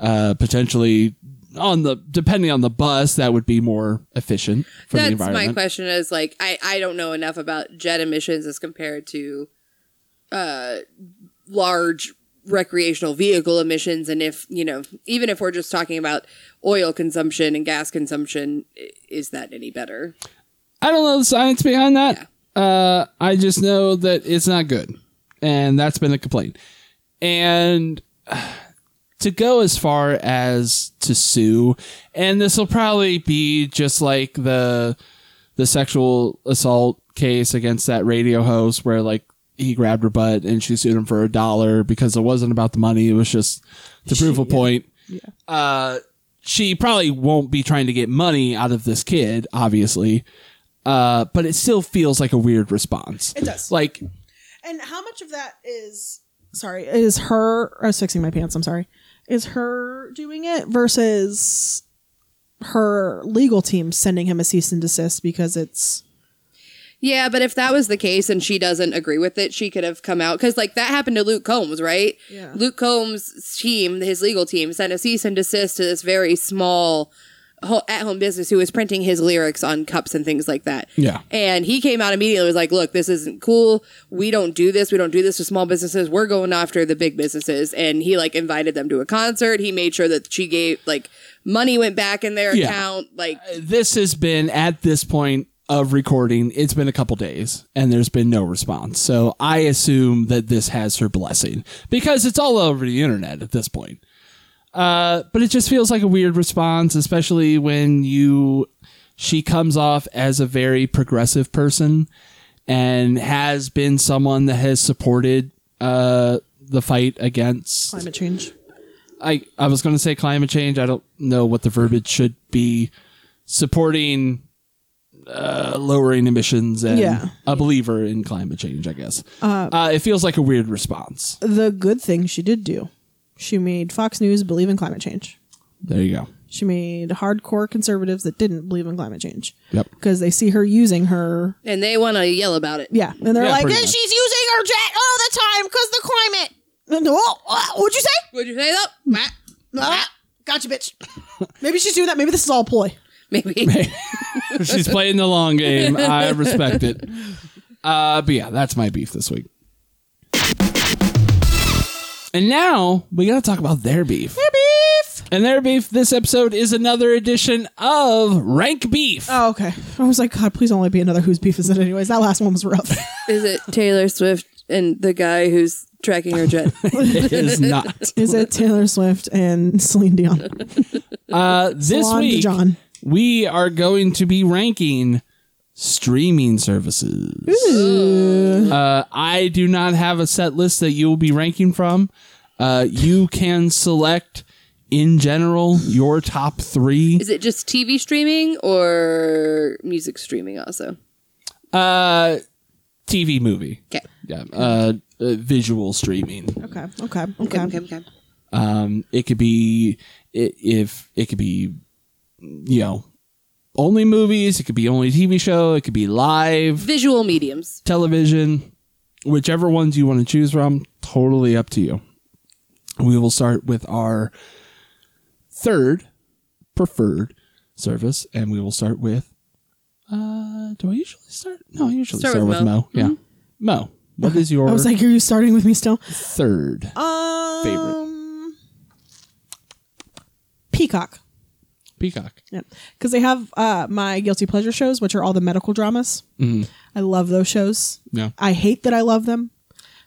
Speaker 3: uh, potentially on the depending on the bus that would be more efficient for the
Speaker 2: That's
Speaker 3: environment.
Speaker 2: my question is like I, I don't know enough about jet emissions as compared to uh large recreational vehicle emissions and if you know even if we're just talking about oil consumption and gas consumption i- is that any better
Speaker 3: I don't know the science behind that. Uh, I just know that it's not good, and that's been a complaint. And to go as far as to sue, and this will probably be just like the the sexual assault case against that radio host, where like he grabbed her butt and she sued him for a dollar because it wasn't about the money; it was just to prove a point Uh, she probably won't be trying to get money out of this kid, obviously. Uh, but it still feels like a weird response. It
Speaker 1: does.
Speaker 3: Like,
Speaker 1: And how much of that is sorry is her? I was fixing my pants. I'm sorry. Is her doing it versus her legal team sending him a cease and desist because it's
Speaker 2: yeah but if that was the case and she doesn't agree with it she could have come out because like that happened to luke combs right
Speaker 1: Yeah.
Speaker 2: luke combs team his legal team sent a cease and desist to this very small ho- at-home business who was printing his lyrics on cups and things like that
Speaker 3: yeah.
Speaker 2: And he came out immediately and was like, look, this isn't cool. We don't do this. We don't do this to small businesses. We're going after the big businesses. And he like invited them to a concert. He made sure that she gave like money went back in their
Speaker 3: Yeah.
Speaker 2: account. Like
Speaker 3: This has been, at this point of recording, it's been a couple days and there's been no response. So I assume that this has her blessing because it's all over the internet at this point. Uh, but it just feels like a weird response, especially when you. She comes off as a very progressive person. and has been someone that has supported uh, the fight against.
Speaker 1: climate change.
Speaker 3: I I was going to say climate change. I don't know what the verbiage should be. Supporting uh, lowering emissions and
Speaker 1: Yeah.
Speaker 3: a believer in climate change, I guess. uh, it feels like a weird response.
Speaker 1: The good thing she did do, she made Fox News believe in climate change.
Speaker 3: There you go.
Speaker 1: She made hardcore conservatives that didn't believe in climate change
Speaker 3: Yep.
Speaker 1: because they see her using her.
Speaker 2: and they want to yell about it.
Speaker 1: Yeah, and they're
Speaker 3: Yeah,
Speaker 1: like,
Speaker 3: pretty
Speaker 1: "Eh,
Speaker 3: much.
Speaker 1: she-
Speaker 5: She's using her jet all the time because the climate.
Speaker 1: no, uh, what'd you say?
Speaker 2: Would you say that?
Speaker 1: Ah, gotcha, bitch. Maybe she's doing that. Maybe this is all a ploy.
Speaker 2: Maybe.
Speaker 3: She's playing the long game. I respect it. Uh, but yeah, that's my beef this week. And now we got to talk about their beef. Their beef. And their beef this episode is another edition of Rank Beef.
Speaker 1: Oh, okay. I was like, God, please don't let it be another whose beef is it? Anyways, that last one was rough.
Speaker 2: Is it Taylor Swift and the guy who's tracking her jet?
Speaker 3: It is not.
Speaker 1: is it Taylor Swift and Celine Dion?
Speaker 3: Uh, this
Speaker 1: Salon to
Speaker 3: week,
Speaker 1: John.
Speaker 3: we are going to be ranking streaming services. Uh, I do not have a set list that you will be ranking from. Uh, you can select, in general, your top three.
Speaker 2: Is it just TV streaming or music streaming also?
Speaker 3: Uh, TV movie.
Speaker 2: Okay.
Speaker 3: Yeah. Uh, uh, visual streaming.
Speaker 1: Okay, okay,
Speaker 2: Okay,
Speaker 1: okay.
Speaker 2: okay, okay.
Speaker 3: Um, it could be i- if it could be, you know, only movies. It could be only TV show. It could be live.
Speaker 2: Visual mediums.
Speaker 3: television, whichever ones you want to choose from, totally up to you. We will start with our third preferred service, and we will start with. Uh, do I usually start? No, I usually start,
Speaker 2: Start with
Speaker 3: with, Mo. Yeah, Mo. What is your
Speaker 1: Mm-hmm. I was like, are you starting with me still?
Speaker 3: third?
Speaker 1: Um,
Speaker 3: Favorite.
Speaker 1: Peacock.
Speaker 3: Peacock.
Speaker 1: Yeah, because they have uh, my guilty pleasure shows, which are all the medical dramas. I love those shows.
Speaker 3: Mm-hmm. Yeah.
Speaker 1: I hate that I love them.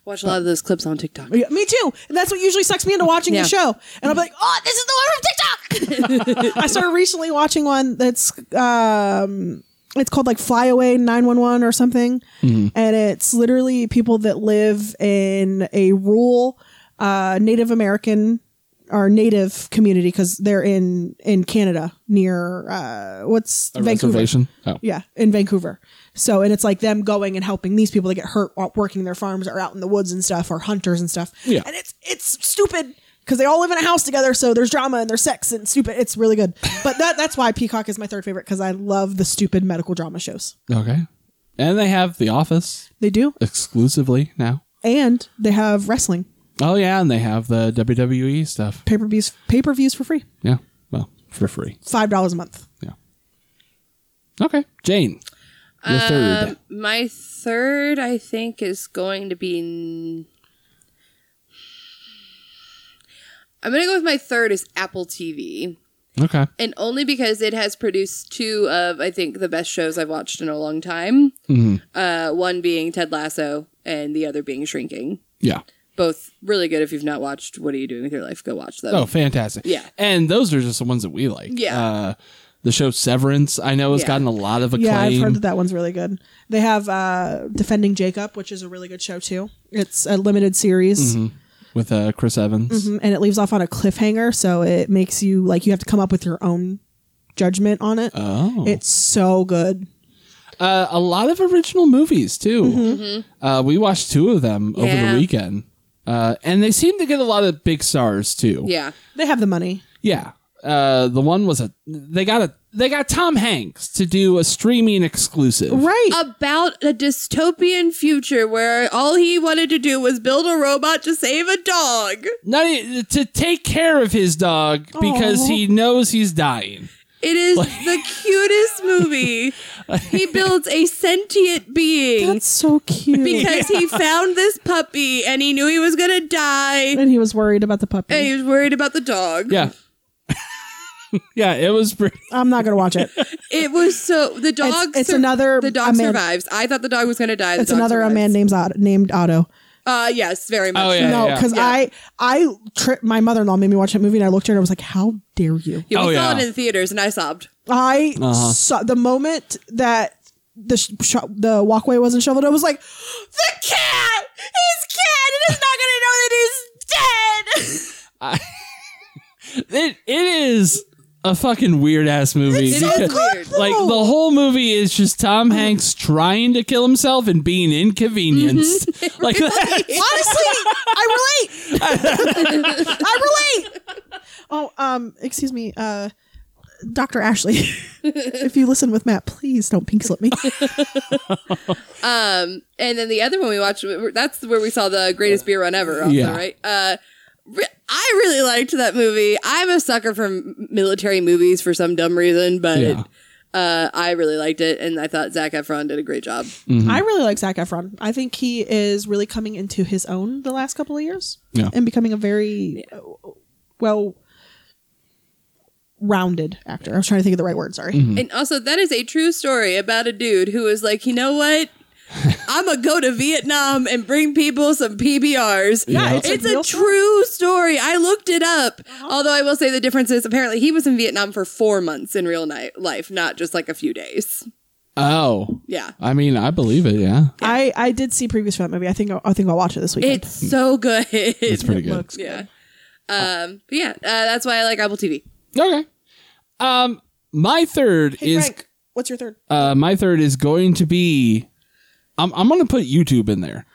Speaker 2: Watch a lot of those clips on TikTok.
Speaker 1: Yeah, me too. And that's what usually sucks me into watching
Speaker 2: Yeah.
Speaker 1: the show. And I'm like, oh, this is the one from TikTok. I started recently watching one that's um, it's called like Flyaway 911 or something,
Speaker 3: Mm-hmm.
Speaker 1: and it's literally people that live in a rural uh, Native American or Native community because they're in in Canada near uh, what's
Speaker 3: A
Speaker 1: Vancouver.
Speaker 3: reservation. Oh,
Speaker 1: Yeah, in Vancouver. So, and it's like them going and helping these people that get hurt while working their farms or out in the woods and stuff or hunters and stuff.
Speaker 3: Yeah.
Speaker 1: And it's it's stupid because they all live in a house together, so there's drama and there's sex and stupid. It's really good. But that that's why Peacock is my third favorite because I love the stupid medical drama shows.
Speaker 3: okay. And they have The Office
Speaker 1: They do,
Speaker 3: exclusively now.
Speaker 1: and they have wrestling
Speaker 3: Oh yeah, and they have the WWE stuff.
Speaker 1: pay per views pay per views for free,
Speaker 3: Yeah, well, for free.
Speaker 1: five dollars a month.
Speaker 3: Yeah. Okay, Jane. Your third.
Speaker 2: Um, My third, I think, is going to be. I'm going to go with my third is Apple TV.
Speaker 3: Okay.
Speaker 2: And only because it has produced two of, I think, the best shows I've watched in a long time. Uh, one being Ted Lasso and the other being Shrinking.
Speaker 3: Yeah.
Speaker 2: Both really good. If you've not watched What Are You Doing With Your Life, go watch them.
Speaker 3: Oh, fantastic.
Speaker 2: Yeah.
Speaker 3: And those are just the ones that we like.
Speaker 2: Yeah.
Speaker 3: Uh, the show Severance, I know, has
Speaker 2: Yeah.
Speaker 3: gotten a lot of acclaim.
Speaker 1: Yeah, I've heard that that one's really good. They have uh, defending Jacob, which is a really good show too. It's a limited series.
Speaker 3: with uh, Chris Evans.
Speaker 1: Mhm, and it leaves off on a cliffhanger so it makes you like you have to come up with your own judgment on it
Speaker 3: Oh.
Speaker 1: it's so good
Speaker 3: Uh, a lot of original movies too.
Speaker 1: Mm-hmm.
Speaker 3: Uh, we watched two of them over
Speaker 2: Mm-hmm. Yeah.
Speaker 3: the weekend, uh, and they seem to get a lot of big stars too.
Speaker 2: Yeah.
Speaker 1: they have the money
Speaker 3: Yeah. Uh, the one was a they got a they got Tom Hanks to do a streaming exclusive.
Speaker 1: right
Speaker 2: About a dystopian future where all he wanted to do was build a robot to save a dog.
Speaker 3: not e- to take care of his dog because he knows he's dying.
Speaker 2: It is the cutest movie. he builds a sentient being
Speaker 1: that's so cute
Speaker 2: because he found this puppy and he knew he was going to die
Speaker 1: and he was worried about the puppy
Speaker 2: and he was worried about the dog.
Speaker 3: Yeah. yeah, it was pretty.
Speaker 1: i'm not gonna watch it
Speaker 2: It was so the dog
Speaker 1: it's another
Speaker 2: the
Speaker 1: a
Speaker 2: dog
Speaker 1: man-
Speaker 2: survives. I thought the dog was going to die. The
Speaker 1: it's
Speaker 2: dog
Speaker 1: another a
Speaker 2: survives.
Speaker 1: man named otto, named otto.
Speaker 2: Uh yes, very much.
Speaker 3: Oh, yeah.
Speaker 2: so.
Speaker 1: no because
Speaker 2: Yeah.
Speaker 1: i i tripped my mother-in-law made me watch that movie and i looked at her and i was like how dare you
Speaker 2: Yeah, we
Speaker 3: Oh,
Speaker 2: saw
Speaker 3: yeah.
Speaker 2: it in theaters and I sobbed.
Speaker 1: i
Speaker 3: Uh-huh.
Speaker 1: saw the moment that the sh- sh- the walkway wasn't shoveled i was like
Speaker 5: The cat! His cat! It is not gonna know that he's dead!
Speaker 3: It, it is a fucking weird ass movie.
Speaker 2: It is
Speaker 3: because-
Speaker 2: weird.
Speaker 3: Like the whole movie is just Tom Hanks trying to kill himself and being inconvenienced. Like that.
Speaker 1: Honestly, I relate. I relate. Oh, um, excuse me, uh, Dr. Ashley. if you listen with Matt, please don't pink slip me.
Speaker 3: Mm-hmm.
Speaker 2: Um, and then the other one we watched, that's where we saw the greatest beer run ever, also,
Speaker 3: Yeah.
Speaker 2: right? Uh, re- I really liked that movie. I'm a sucker for m- military movies for some dumb reason, but
Speaker 3: Yeah.
Speaker 2: uh, I really liked it, and I thought Zach Efron did a great job.
Speaker 1: I really like Zach Efron. I think he is really coming into his own the last couple of years
Speaker 3: Yeah.
Speaker 1: and becoming a very uh, well rounded actor. I was trying to think of the right word. Sorry.
Speaker 3: Mm-hmm.
Speaker 2: And also, that is a true story about a dude who was like, you know what? I'm gonna go to Vietnam and bring people some PBRs.
Speaker 3: Yeah,
Speaker 1: it's
Speaker 2: it's,
Speaker 1: a
Speaker 2: a,
Speaker 1: real story. Uh-huh.
Speaker 2: true story. I looked it up. Although I will say the difference is apparently he was in Vietnam for four months in real ni- life, not just like a few days.
Speaker 3: Oh.
Speaker 2: Yeah.
Speaker 3: I mean, I believe it, yeah.
Speaker 1: I, I did see previews for that movie. I think I think I'll watch it this weekend.
Speaker 2: It's so good.
Speaker 3: It's pretty good.
Speaker 1: looks
Speaker 2: yeah. Um, but yeah, uh, that's why I like Apple TV.
Speaker 3: Okay. Um my third
Speaker 1: hey
Speaker 3: is
Speaker 1: Frank, what's your third?
Speaker 3: uh my third is going to be I'm I'm going to put YouTube in there.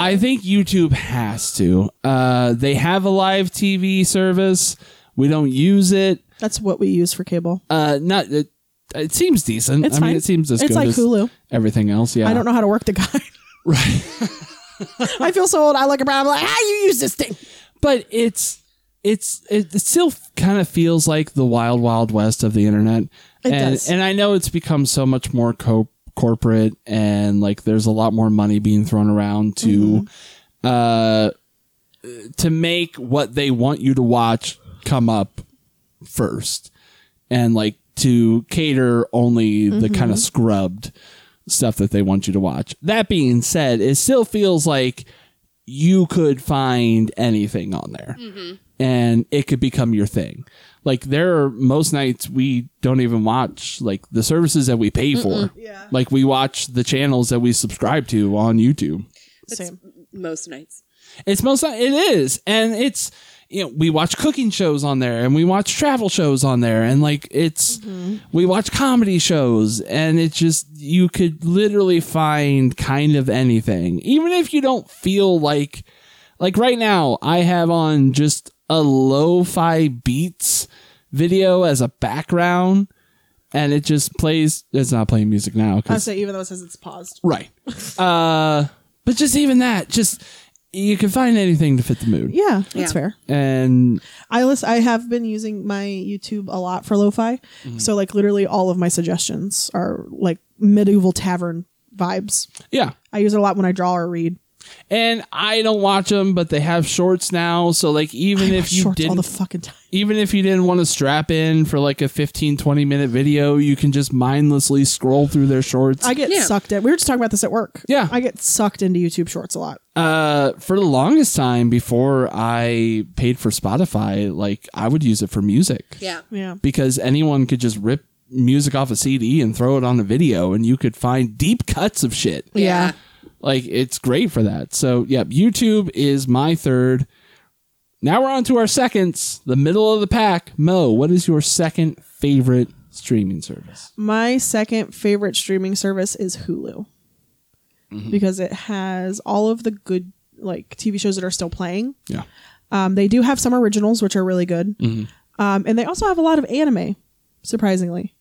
Speaker 3: I think YouTube has to. Uh they have a live TV service. We don't use it.
Speaker 1: That's what we use for cable.
Speaker 3: Uh not it, it seems decent.
Speaker 1: It's
Speaker 3: I
Speaker 1: fine.
Speaker 3: mean it seems as
Speaker 1: It's
Speaker 3: good
Speaker 1: like
Speaker 3: as
Speaker 1: Hulu.
Speaker 3: everything else. Yeah.
Speaker 1: I don't know how to work the guy. Right. I feel so old. I look around. I'm like, how you use this thing?
Speaker 3: but it's it's it still kind of feels like the wild wild west of the internet
Speaker 1: It
Speaker 3: and
Speaker 1: does.
Speaker 3: and i know it's become so much more co- corporate and like there's a lot more money being thrown around to
Speaker 1: Mm-hmm.
Speaker 3: uh to make what they want you to watch come up first and like to cater only the
Speaker 1: Mm-hmm.
Speaker 3: kind of scrubbed stuff that they want you to watch. That being said, it still feels like you could find anything on there and it could become your thing. Like there are most nights we don't even watch like the services that we pay for.
Speaker 1: Yeah.
Speaker 3: Like we watch the channels that we subscribe to on YouTube.
Speaker 1: Same.
Speaker 2: Most nights.
Speaker 3: It's most it is, and it's you know we watch cooking shows on there, and we watch travel shows on there, and like it's we watch comedy shows, and it's just you could literally find kind of anything, even if you don't feel like like right now I have on just a lo-fi beats video as a background, and it just plays. It's not playing music now
Speaker 1: I
Speaker 3: because
Speaker 1: say even though it says it's paused.
Speaker 3: Right. uh, but just even that, just you can find anything to fit the mood.
Speaker 1: Yeah, that's
Speaker 2: Yeah.
Speaker 1: fair.
Speaker 3: And
Speaker 1: I list. I have been using my YouTube a lot for lo-fi,
Speaker 3: Mm-hmm.
Speaker 1: so like literally all of my suggestions are like medieval tavern vibes.
Speaker 3: yeah.
Speaker 1: I use it a lot when I draw or read.
Speaker 3: And I don't watch them, but they have shorts now. So like even
Speaker 1: I
Speaker 3: if you
Speaker 1: shorts all
Speaker 3: didn't
Speaker 1: the fucking time.
Speaker 3: even if you didn't want to strap in for like a 15 20 minute video, you can just mindlessly scroll through their shorts.
Speaker 1: I get
Speaker 2: Yeah.
Speaker 1: sucked in. We were just talking about this at work.
Speaker 3: Yeah.
Speaker 1: I get sucked into YouTube Shorts a lot.
Speaker 3: uh for the longest time before I paid for Spotify, like I would use it for music.
Speaker 2: Yeah.
Speaker 1: Yeah,
Speaker 3: because anyone could just rip music off a CD and throw it on a video, and you could find deep cuts of shit.
Speaker 1: Yeah.
Speaker 3: Like it's great for that. So, yeah, YouTube is my third. Now we're on to our seconds, the middle of the pack. Mo, what is your second favorite streaming service?
Speaker 1: my second favorite streaming service is Hulu because it has all of the good like TV shows that are still playing.
Speaker 3: Yeah.
Speaker 1: Um, they do have some originals, which are really good. Um, and they also have a lot of anime, surprisingly.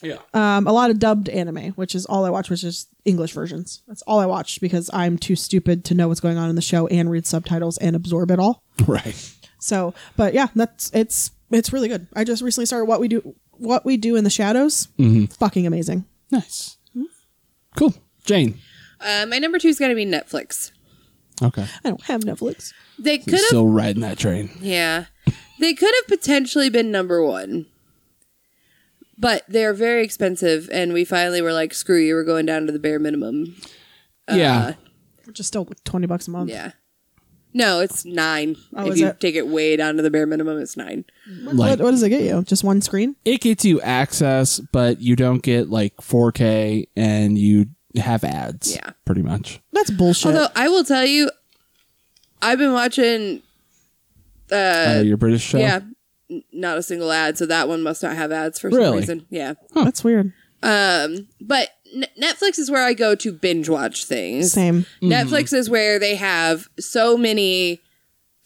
Speaker 3: Yeah.
Speaker 1: Um, a lot of dubbed anime, which is all I watch, which is English versions. That's all I watch because I'm too stupid to know what's going on in the show and read subtitles and absorb it all.
Speaker 3: Right.
Speaker 1: So, but yeah, that's it's it's really good. I just recently started what we do what we do in the shadows. Fucking amazing.
Speaker 3: Nice. Cool. Jane.
Speaker 2: Uh, my number two's got to be Netflix.
Speaker 3: Okay.
Speaker 1: I don't have Netflix.
Speaker 2: They could
Speaker 3: You're
Speaker 2: have
Speaker 3: still riding that train.
Speaker 2: Yeah. They could have potentially been number one. But they're very expensive, and we finally were like, screw you, we're going down to the bare minimum.
Speaker 3: yeah.
Speaker 1: Which is still like twenty bucks a month.
Speaker 2: Yeah. No, it's nine.
Speaker 1: Oh,
Speaker 2: if
Speaker 1: is
Speaker 2: you
Speaker 1: it?
Speaker 2: take it way down to the bare minimum, it's nine.
Speaker 3: Like
Speaker 1: what, what does it get you? Just one screen?
Speaker 3: it gets you access, but you don't get like 4K and you have ads.
Speaker 2: Yeah.
Speaker 3: Pretty much.
Speaker 1: That's bullshit.
Speaker 2: Although I will tell you, I've been watching
Speaker 3: uh, your British show.
Speaker 2: Yeah. n- not a single ad, so that one must not have ads for some
Speaker 3: Really?
Speaker 2: reason. Yeah.
Speaker 1: That's weird.
Speaker 2: Um, but N- Netflix is where I go to binge watch things.
Speaker 1: Same.
Speaker 2: Netflix is where they have so many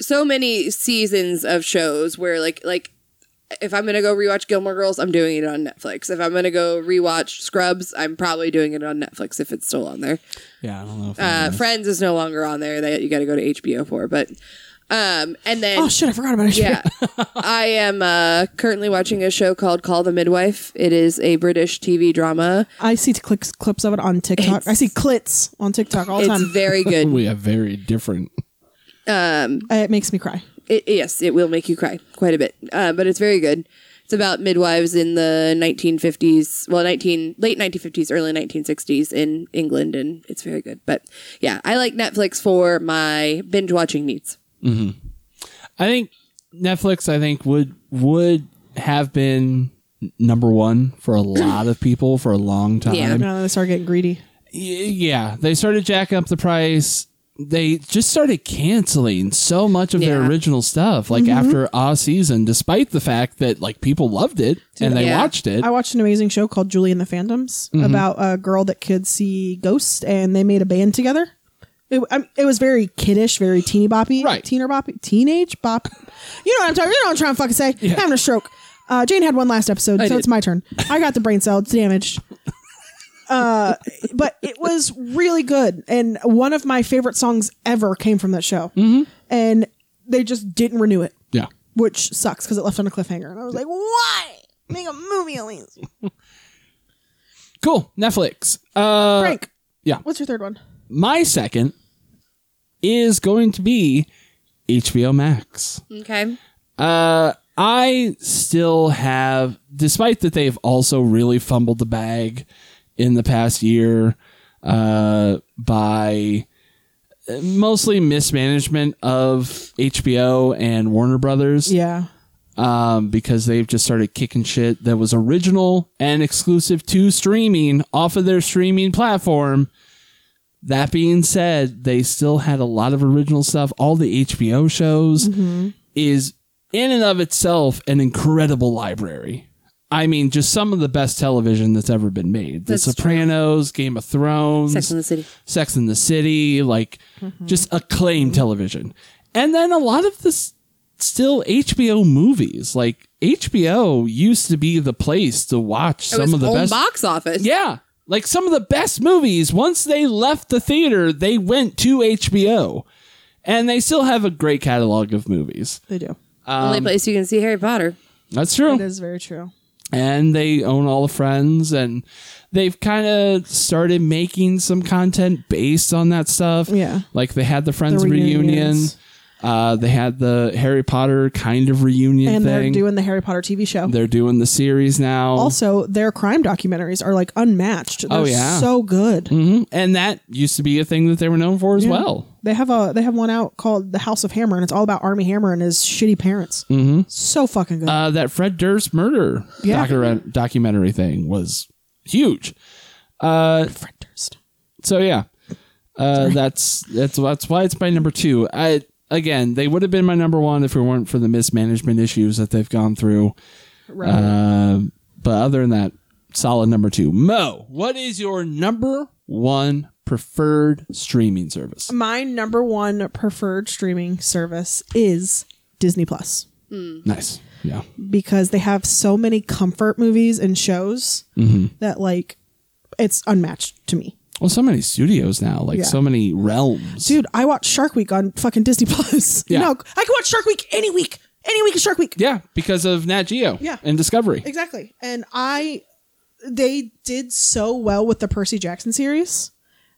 Speaker 2: so many seasons of shows where like like if I'm gonna go rewatch Gilmore Girls, I'm doing it on Netflix. If I'm gonna go rewatch Scrubs, I'm probably doing it on Netflix if it's still on there.
Speaker 3: Yeah, I don't know. If
Speaker 2: Uh,
Speaker 1: Mm-hmm.
Speaker 3: I'm-
Speaker 2: Friends is no longer on there. That you got to go to HBO for. But um, and then
Speaker 1: Oh shit! I forgot about it.
Speaker 2: yeah, I am uh, currently watching a show called Call the Midwife. It is a British TV drama.
Speaker 1: I see clicks, clips of it on TikTok. I see clits on TikTok all the
Speaker 2: It's
Speaker 1: time.
Speaker 2: very good.
Speaker 3: we have very different.
Speaker 1: Uh, it makes me cry.
Speaker 2: It, yes, it will make you cry quite a bit, uh, but it's very good. It's about midwives in the 1950s, well, 19 late 1950s, early 1960s in England, and it's very good. But yeah, I like Netflix for my binge watching needs.
Speaker 3: I think Netflix. I think would would have been number one for a lot of people for a long time.
Speaker 2: Yeah.
Speaker 1: Now that I start getting greedy.
Speaker 3: Y- yeah, they started jacking up the price. They just started canceling so much of their
Speaker 2: Yeah. Mm-hmm.
Speaker 3: original stuff, like after a season, despite the fact that like people loved it and they
Speaker 2: Yeah.
Speaker 3: watched it.
Speaker 1: I watched an amazing show called Julie and the Phantoms
Speaker 3: Mm-hmm.
Speaker 1: about a girl that could see ghosts, and they made a band together. It, um, it was very kiddish, very teeny boppy,
Speaker 3: Right.
Speaker 1: Teener boppy, teenage bop. You know what I'm talking. You know what I'm trying to fucking say. Having a stroke. Uh, Jane had one last episode, so
Speaker 3: did.
Speaker 1: it's my turn. I got the brain cell. It's damaged. Uh, but it was really good, and one of my favorite songs ever came from that show. Mm-hmm. And they just didn't renew it
Speaker 3: yeah,
Speaker 1: which sucks because it left on a cliffhanger. And I
Speaker 3: Uh,
Speaker 1: was like, why make a movie at least?
Speaker 3: cool. Netflix. Uh,
Speaker 1: Frank,
Speaker 3: yeah.
Speaker 1: what's your third one?
Speaker 3: My second is going to be HBO Max.
Speaker 2: Okay.
Speaker 3: Uh, I still have, despite that they've also really fumbled the bag in the past year uh, by mostly mismanagement of HBO and Warner Brothers
Speaker 1: Yeah,
Speaker 3: um, because they've just started kicking shit that was original and exclusive to streaming off of their streaming platform. That being said, they still had a lot of original stuff. All the HBO shows
Speaker 2: Mm-hmm.
Speaker 3: is in and of itself an incredible library. I mean, just some of the best television that's ever been made. The
Speaker 2: That's true.
Speaker 3: Sopranos, Game of Thrones,
Speaker 2: Sex in the City.
Speaker 3: Sex in the City, like
Speaker 2: Mm-hmm.
Speaker 3: just acclaimed television. And then a lot of this still HBO movies. Like HBO used to be the place to watch
Speaker 2: It
Speaker 3: some
Speaker 2: was
Speaker 3: of the
Speaker 2: home
Speaker 3: best
Speaker 2: box office.
Speaker 3: Yeah. Like some of the best movies once they left the theater, they went to HBO. And they still have a great catalog of movies.
Speaker 1: they do.
Speaker 2: Only place you can see Harry Potter.
Speaker 3: That's true.
Speaker 1: It is very true.
Speaker 3: and they own all the friends and they've kind of started making some content based on that stuff
Speaker 1: Yeah.
Speaker 3: like they had the friends
Speaker 1: The
Speaker 3: reunion
Speaker 1: reunions.
Speaker 3: uh, they had the harry potter kind of reunion
Speaker 1: And they're
Speaker 3: thing
Speaker 1: doing the Harry Potter TV show.
Speaker 3: They're doing the series now
Speaker 1: also, their crime documentaries are like unmatched. They're
Speaker 3: Oh, yeah.
Speaker 1: so good.
Speaker 3: Mhm. and that used to be a thing that they were known for as well
Speaker 1: They have a they have one out called The House of Hammer, and it's all about Army Hammer and his shitty parents. Mm-hmm. So fucking good.
Speaker 3: uh, that Fred Durst murder
Speaker 1: Yeah.
Speaker 3: docu- documentary thing was huge. Uh, Fred Durst. So yeah, uh, that's that's that's why it's my number two. I again, they would have been my number one if it weren't for the mismanagement issues that they've gone through.
Speaker 1: right.
Speaker 3: Um, but other than that, solid number two. Mo, what is your number one preferred streaming service?
Speaker 1: my number one preferred streaming service is Disney Plus.
Speaker 3: Nice. Yeah.
Speaker 1: because they have so many comfort movies and shows
Speaker 3: Mm-hmm.
Speaker 1: that like it's unmatched to me.
Speaker 3: Well, so many studios now, like
Speaker 1: Yeah.
Speaker 3: so many realms.
Speaker 1: Dude, I watch Shark Week on fucking Disney Plus.
Speaker 3: Yeah.
Speaker 1: You know, I can watch Shark Week any week. Any week is Shark Week.
Speaker 3: Yeah, because of Nat Geo.
Speaker 1: Yeah.
Speaker 3: And Discovery.
Speaker 1: Exactly. And I they did so well with the Percy Jackson series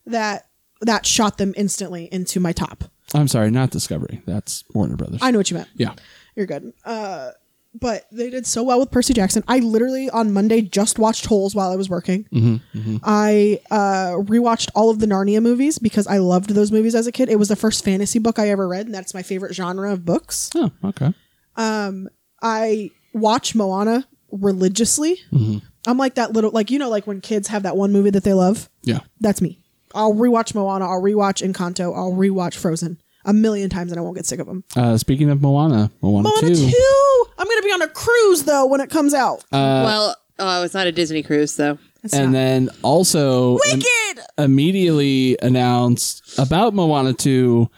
Speaker 1: that that shot them instantly into my top.
Speaker 3: I'm sorry, not Discovery. That's Warner Brothers.
Speaker 1: I know what you meant.
Speaker 3: yeah.
Speaker 1: You're good. Uh but they did so well with Percy Jackson. I literally on Monday just watched Holes while I was working.
Speaker 3: Mm-hmm,
Speaker 1: I uh, rewatched all of the Narnia movies because I loved those movies as a kid. It was the first fantasy book I ever read, and that's my favorite genre of books.
Speaker 3: Oh, okay.
Speaker 1: um, I watch Moana religiously.
Speaker 3: Mm-hmm.
Speaker 1: I'm like that little, like, you know, like when kids have that one movie that they love.
Speaker 3: Yeah.
Speaker 1: That's me. I'll rewatch Moana. I'll rewatch Encanto. I'll rewatch Frozen. a million times and I won't get sick of them.
Speaker 3: Uh, speaking of Moana, Moana,
Speaker 1: Moana
Speaker 3: 2.
Speaker 1: 2! I'm going to be on a cruise though when it comes out.
Speaker 2: well, oh, it's not a Disney cruise though.
Speaker 1: It's
Speaker 3: Uh, And
Speaker 1: not-
Speaker 3: then also im-
Speaker 1: Wicked!
Speaker 3: immediately announced about Moana 2,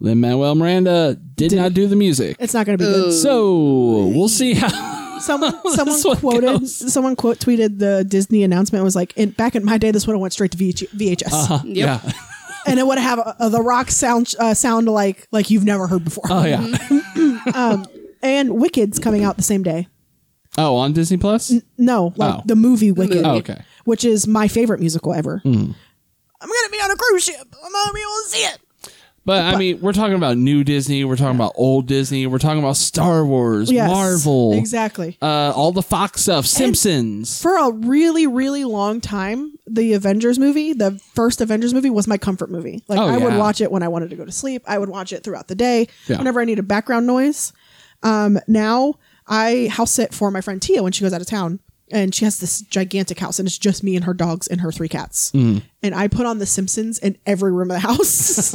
Speaker 3: Lin Manuel Miranda did not do the music.
Speaker 1: It's not going to be good.
Speaker 3: So we'll see how.
Speaker 1: Someone, someone
Speaker 3: one
Speaker 1: quoted,
Speaker 3: goes.
Speaker 1: someone quote tweeted the Disney announcement and was like, in, back in my day, this would have went straight to VH, VHS,
Speaker 3: Yeah.
Speaker 1: and it would have a, a, the rock sound uh, sound like like you've never heard before.
Speaker 3: Oh, yeah.
Speaker 1: and Wicked's coming out the same day.
Speaker 3: Oh, on Disney Plus?
Speaker 1: No, like
Speaker 3: Oh.
Speaker 1: the movie Wicked,
Speaker 3: Oh, Mm. okay.
Speaker 1: which is my favorite musical ever. I'm gonna be on a cruise ship. I'm gonna be able to see it.
Speaker 3: But I mean, we're talking about new Disney. We're talking about old Disney. We're talking about Star Wars,
Speaker 1: Yes,
Speaker 3: Marvel,
Speaker 1: exactly.
Speaker 3: uh, all the Fox stuff, Simpsons.
Speaker 1: For a really, really long time, the Avengers movie, the first Avengers movie, was my comfort movie. Like
Speaker 3: Oh,
Speaker 1: I would
Speaker 3: yeah.
Speaker 1: watch it when I wanted to go to sleep. I would watch it throughout the day,
Speaker 3: Yeah.
Speaker 1: whenever I needed background noise. Um, now I house sit for my friend Tia when she goes out of town, and she has this gigantic house, and it's just me and her dogs and her three cats.
Speaker 3: Mm.
Speaker 1: And I put on The Simpsons in every room of the house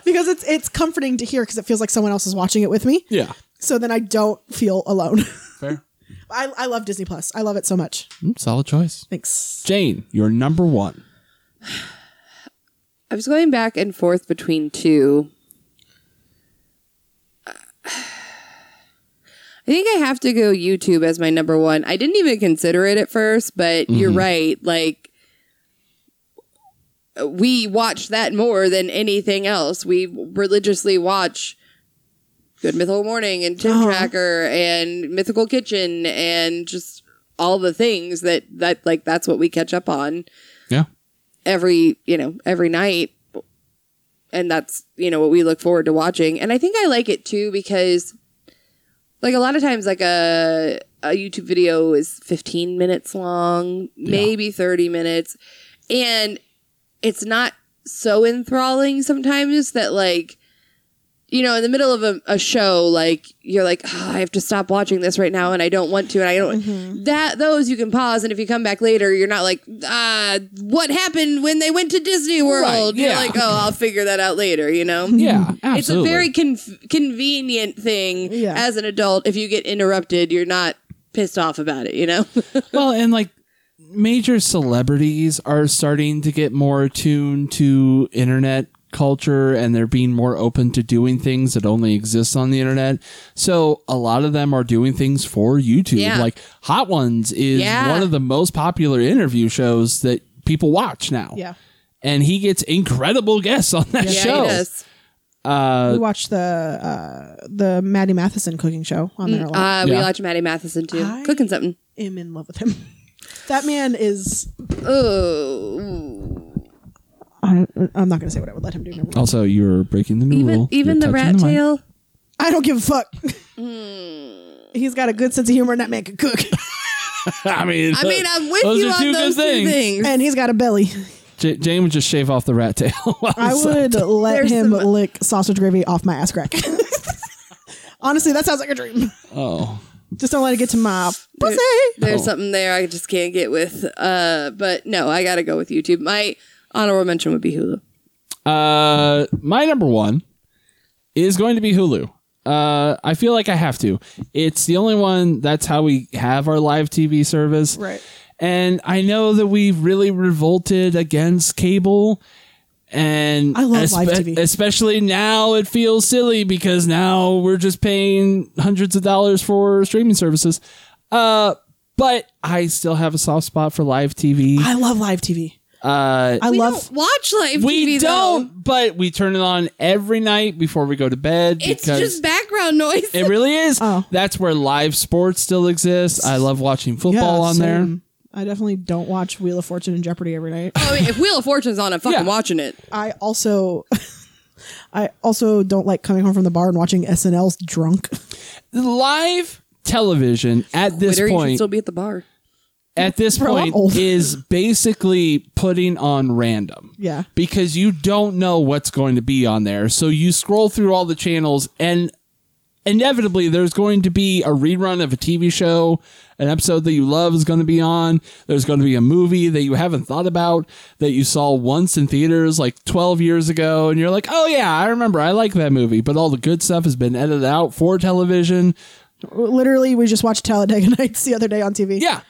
Speaker 1: because it's it's comforting to hear because it feels like someone else is watching it with me.
Speaker 3: yeah.
Speaker 1: So then I don't feel alone.
Speaker 3: Fair.
Speaker 1: I, I love Disney Plus. I love it so much.
Speaker 3: Mm, solid choice.
Speaker 1: Thanks.
Speaker 3: Jane, you're number one.
Speaker 2: I was going back and forth between two. I think I have to go YouTube as my number one. I didn't even consider it at first, but you're right. Like, we watch that more than anything else. We religiously watch Good Mythical Morning and Tim Tracker and Mythical Kitchen and just all the things that, that, like, that's what we catch up on
Speaker 3: Yeah.
Speaker 2: every you know every night and that's you know what we look forward to watching and i think i like it too because like a lot of times like a a youtube video is 15 minutes long maybe 30 minutes and it's not so enthralling sometimes that like you know in the middle of a, a show like you're like oh, i have to stop watching this right now and i don't want to and i don't
Speaker 3: Mm-hmm.
Speaker 2: that those you can pause and if you come back later you're not like ah what happened when they went to disney world you're
Speaker 3: yeah.
Speaker 2: like oh i'll figure that out later you know
Speaker 3: Yeah. Absolutely.
Speaker 2: Mm-hmm. it's a very con- convenient thing
Speaker 1: Yeah.
Speaker 2: as an adult. If you get interrupted, you're not pissed off about it, you know?
Speaker 3: well, and like major celebrities are starting to get more attuned to internet culture and they're being more open to doing things that only exist on the internet. So a lot of them are doing things for YouTube.
Speaker 2: Yeah.
Speaker 3: Like Hot Ones is
Speaker 2: Yeah.
Speaker 3: one of the most popular interview shows that people watch now.
Speaker 1: Yeah.
Speaker 3: And he gets incredible guests on that
Speaker 2: Yeah,
Speaker 3: show.
Speaker 2: it is.
Speaker 1: we watched the uh, the Maddie Matheson cooking show on there. a lot.
Speaker 2: Uh, we
Speaker 3: Yeah.
Speaker 2: watch Maddie Matheson too.
Speaker 1: I-
Speaker 2: Cooking something.
Speaker 1: am in love with him. that man is.
Speaker 2: Oh,
Speaker 1: I, I'm not going to say what I would let him do. Never mind.
Speaker 3: Also, you're breaking the new
Speaker 2: even
Speaker 3: rule.
Speaker 2: even the
Speaker 3: You're
Speaker 2: rat
Speaker 3: touching mic.
Speaker 2: tail.
Speaker 1: I don't give a fuck. He's got a good sense of humor, and that man can cook,
Speaker 3: I mean,
Speaker 2: I mean, uh, I'm with
Speaker 3: those
Speaker 2: you
Speaker 3: are
Speaker 2: on
Speaker 3: two good
Speaker 2: those two
Speaker 3: things.
Speaker 2: things.
Speaker 1: and he's got a belly.
Speaker 3: J- Jane would just shave off the rat tail. while
Speaker 1: I
Speaker 3: he's
Speaker 1: would let
Speaker 2: There's
Speaker 1: him
Speaker 2: some-
Speaker 1: lick sausage gravy off my ass crack. Honestly, that sounds like a dream.
Speaker 3: Oh,
Speaker 1: Just don't let it get to my pussy.
Speaker 2: There's something there I just can't get with. Uh, but no, I gotta go with YouTube. My honorable mention would be Hulu.
Speaker 3: uh, my number one is going to be Hulu. Uh, I feel like I have to. It's the only one. That's how we have our live TV service,
Speaker 1: Right.
Speaker 3: And I know that we really revolted against cable, and
Speaker 1: I love live TV.
Speaker 3: Especially now, it feels silly because now we're just paying hundreds of dollars for streaming services. Uh, but I still have a soft spot for live TV.
Speaker 1: I love live TV.
Speaker 3: Uh,
Speaker 1: I
Speaker 2: We
Speaker 1: love.
Speaker 2: don't watch live
Speaker 3: we
Speaker 2: TV though.
Speaker 3: don't, but we turn it on every night before we go to bed
Speaker 2: It's
Speaker 3: because
Speaker 2: just background noise.
Speaker 3: it really is.
Speaker 1: Oh.
Speaker 3: That's where live sports still exists. I love watching football on there.
Speaker 1: same. I definitely don't watch Wheel of Fortune and Jeopardy every night.
Speaker 2: I mean, if Wheel of Fortune's on, I'm fucking
Speaker 3: Yeah.
Speaker 2: watching it.
Speaker 1: I also I also don't like coming home from the bar and watching SNL's drunk.
Speaker 3: Live television at this
Speaker 2: Twitter, you should
Speaker 3: point
Speaker 2: still be at the bar.
Speaker 3: at this
Speaker 1: Bro, I'm
Speaker 3: point
Speaker 1: old.
Speaker 3: is basically putting on random.
Speaker 1: Yeah.
Speaker 3: Because you don't know what's going to be on there. So you scroll through all the channels and inevitably there's going to be a rerun of a TV show, an episode that you love is going to be on. There's going to be a movie that you haven't thought about that you saw once in theaters like 12 years ago and you're like, "Oh yeah, I remember. I like that movie." But all the good stuff has been edited out for television.
Speaker 1: Literally, we just watched Talladega Nights the other day on TV.
Speaker 3: Yeah.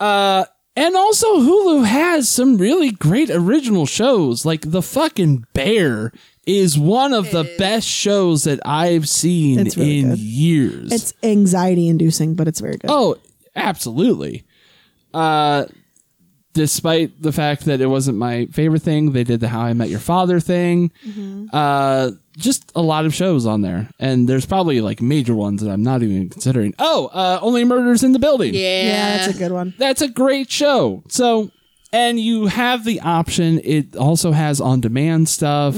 Speaker 3: Uh and also Hulu has some really great original shows. Like The Fucking Bear is one of the best shows that I've seen
Speaker 1: It's really
Speaker 3: in
Speaker 1: good.
Speaker 3: years.
Speaker 1: It's anxiety inducing, but it's very good.
Speaker 3: oh, absolutely. Uh despite the fact that it wasn't my favorite thing, they did the How I Met Your Father thing. Uh just a lot of shows on there. And there's probably like major ones that I'm not even considering. Oh, uh Only Murders in the Building.
Speaker 2: Yeah.
Speaker 1: yeah, that's a good one.
Speaker 3: That's a great show. So, and you have the option. It also has on demand stuff.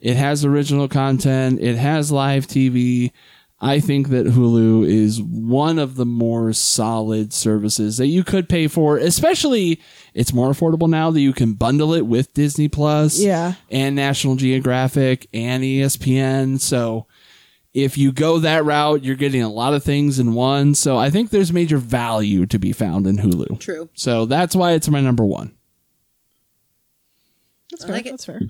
Speaker 3: It has original content. It has live TV. I think that Hulu is one of the more solid services that you could pay for, especially it's more affordable now that you can bundle it with Disney Plus
Speaker 1: Yeah.
Speaker 3: and National Geographic and E ESPN. So, if you go that route, you're getting a lot of things in one. So I think there's major value to be found in Hulu.
Speaker 2: True.
Speaker 3: So that's why it's my number one.
Speaker 1: That's
Speaker 2: I
Speaker 1: fair.
Speaker 2: like it.
Speaker 1: That's fair.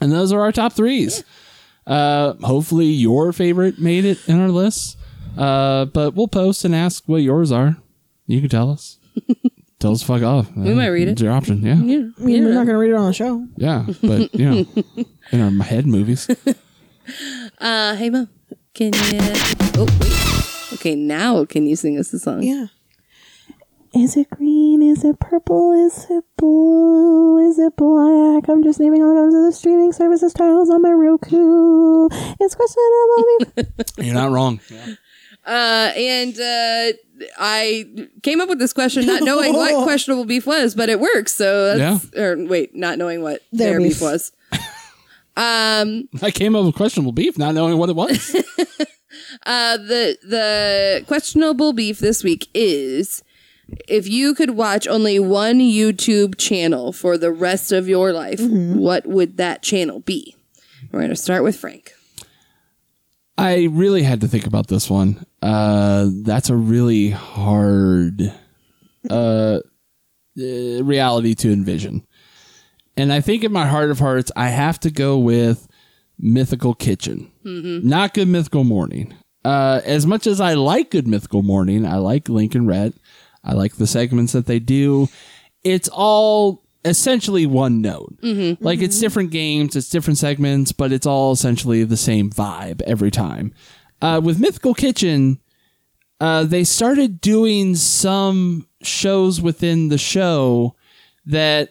Speaker 3: And those are our top threes. Uh, hopefully your favorite made it in our list. Uh, but we'll post and ask what yours are. You can tell us. tell us fuck off. We
Speaker 2: might read it.
Speaker 3: It's your option. Yeah. Yeah.
Speaker 1: I mean, we're not going to read it on the show.
Speaker 3: But, you know, in our head movies.
Speaker 2: Uh, hey, mom. Can you? Oh, wait. Okay, now can you sing us a song?
Speaker 1: Yeah.
Speaker 6: Is it green? Is it purple? Is it blue? Is it black? I'm just naming all the names of the streaming services titles on my Roku. It's questionable.
Speaker 3: You're not wrong.
Speaker 2: Uh, and uh, I came up with this question not knowing what questionable beef was, but it works. So that's, or wait, not knowing what
Speaker 1: Their
Speaker 2: their, beef.
Speaker 1: beef.
Speaker 2: was. um,
Speaker 3: I came up with questionable beef not knowing what it was.
Speaker 2: uh, the the questionable beef this week is if you could watch only one YouTube channel for the rest of your life, what would that channel be? We're gonna start with Frank.
Speaker 3: I really had to think about this one. Uh, that's a really hard uh, uh, reality to envision. And I think in my heart of hearts, I have to go with Mythical Kitchen, not Good Mythical Morning. Uh, as much as I like Good Mythical Morning, I like Lincoln Red. I like the segments that they do. It's all essentially one note. Like it's different games, it's different segments, but it's all essentially the same vibe every time. Uh, with Mythical Kitchen, uh, they started doing some shows within the show that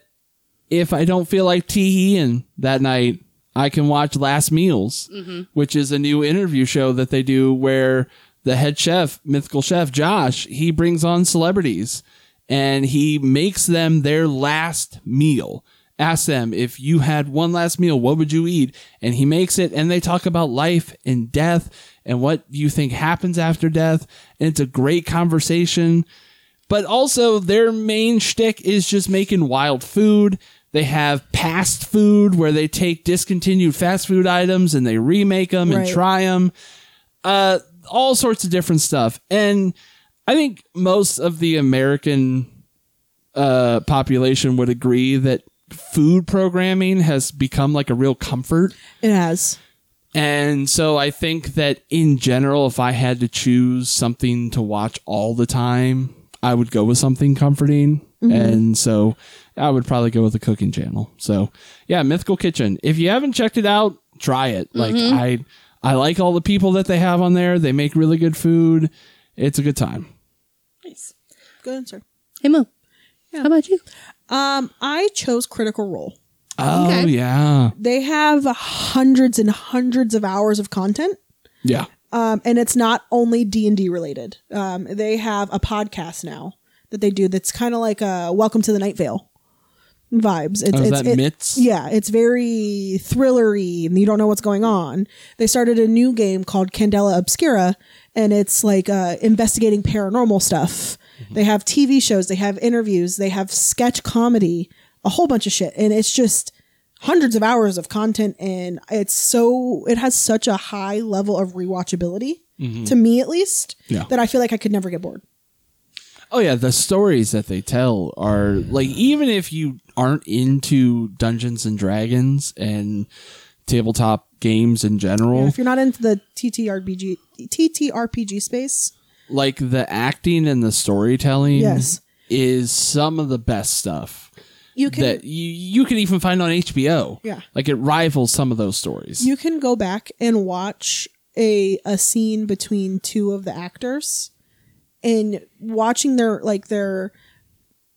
Speaker 3: if I don't feel like teeing that night, I can watch Last Meals, which is a new interview show that they do where the head chef, mythical chef Josh, he brings on celebrities and he makes them their last meal. Ask them if you had one last meal, what would you eat? And he makes it, and they talk about life and death and what you think happens after death. And it's a great conversation but also their main shtick is just making wild food. They have past food where they take discontinued fast food items and they remake them and
Speaker 1: Right.
Speaker 3: try them. Uh, all sorts of different stuff. And I think most of the American uh, population would agree that food programming has become like a real comfort.
Speaker 1: It has.
Speaker 3: And so I think that in general, if I had to choose something to watch all the time, I would go with something comforting. And so I would probably go with the cooking channel. So yeah, Mythical Kitchen. If you haven't checked it out, try it. Like I, I like all the people that they have on there. They make really good food. It's a good time.
Speaker 1: Good answer.
Speaker 2: Hey, Mo. How about you?
Speaker 1: Um, I chose Critical Role.
Speaker 3: Oh
Speaker 2: Okay.
Speaker 3: yeah,
Speaker 1: They have hundreds and hundreds of hours of content.
Speaker 3: yeah.
Speaker 1: um, and it's not only D and D related. Um, they have a podcast now that they do that's kind of like a Welcome to the Night Vale vibes. It's,
Speaker 3: Oh, is
Speaker 1: it's
Speaker 3: that
Speaker 1: it-
Speaker 3: Mitts?
Speaker 1: Yeah, it's very thrillery, and you don't know what's going on. They started a new game called Candela Obscura, and it's like uh, investigating paranormal stuff.
Speaker 3: Mm-hmm.
Speaker 1: They have TV shows, they have interviews, they have sketch comedy, a whole bunch of shit, and it's just hundreds of hours of content and it's so it has such a high level of rewatchability to me at least,
Speaker 3: Mm-hmm. Yeah.
Speaker 1: that I feel like I could never get bored.
Speaker 3: Oh yeah, the stories that they tell are like even if you aren't into Dungeons and Dragons and tabletop games in
Speaker 1: And
Speaker 3: general,
Speaker 1: if you're not into the TTRPG TTRPG space,
Speaker 3: like the acting and the storytelling
Speaker 1: Yes.
Speaker 3: is some of the best stuff
Speaker 1: you can
Speaker 3: that you you can even find on HBO.
Speaker 1: Yeah.
Speaker 3: Like it rivals some of those stories.
Speaker 1: you can go back and watch a a scene between two of the actors and watching their like their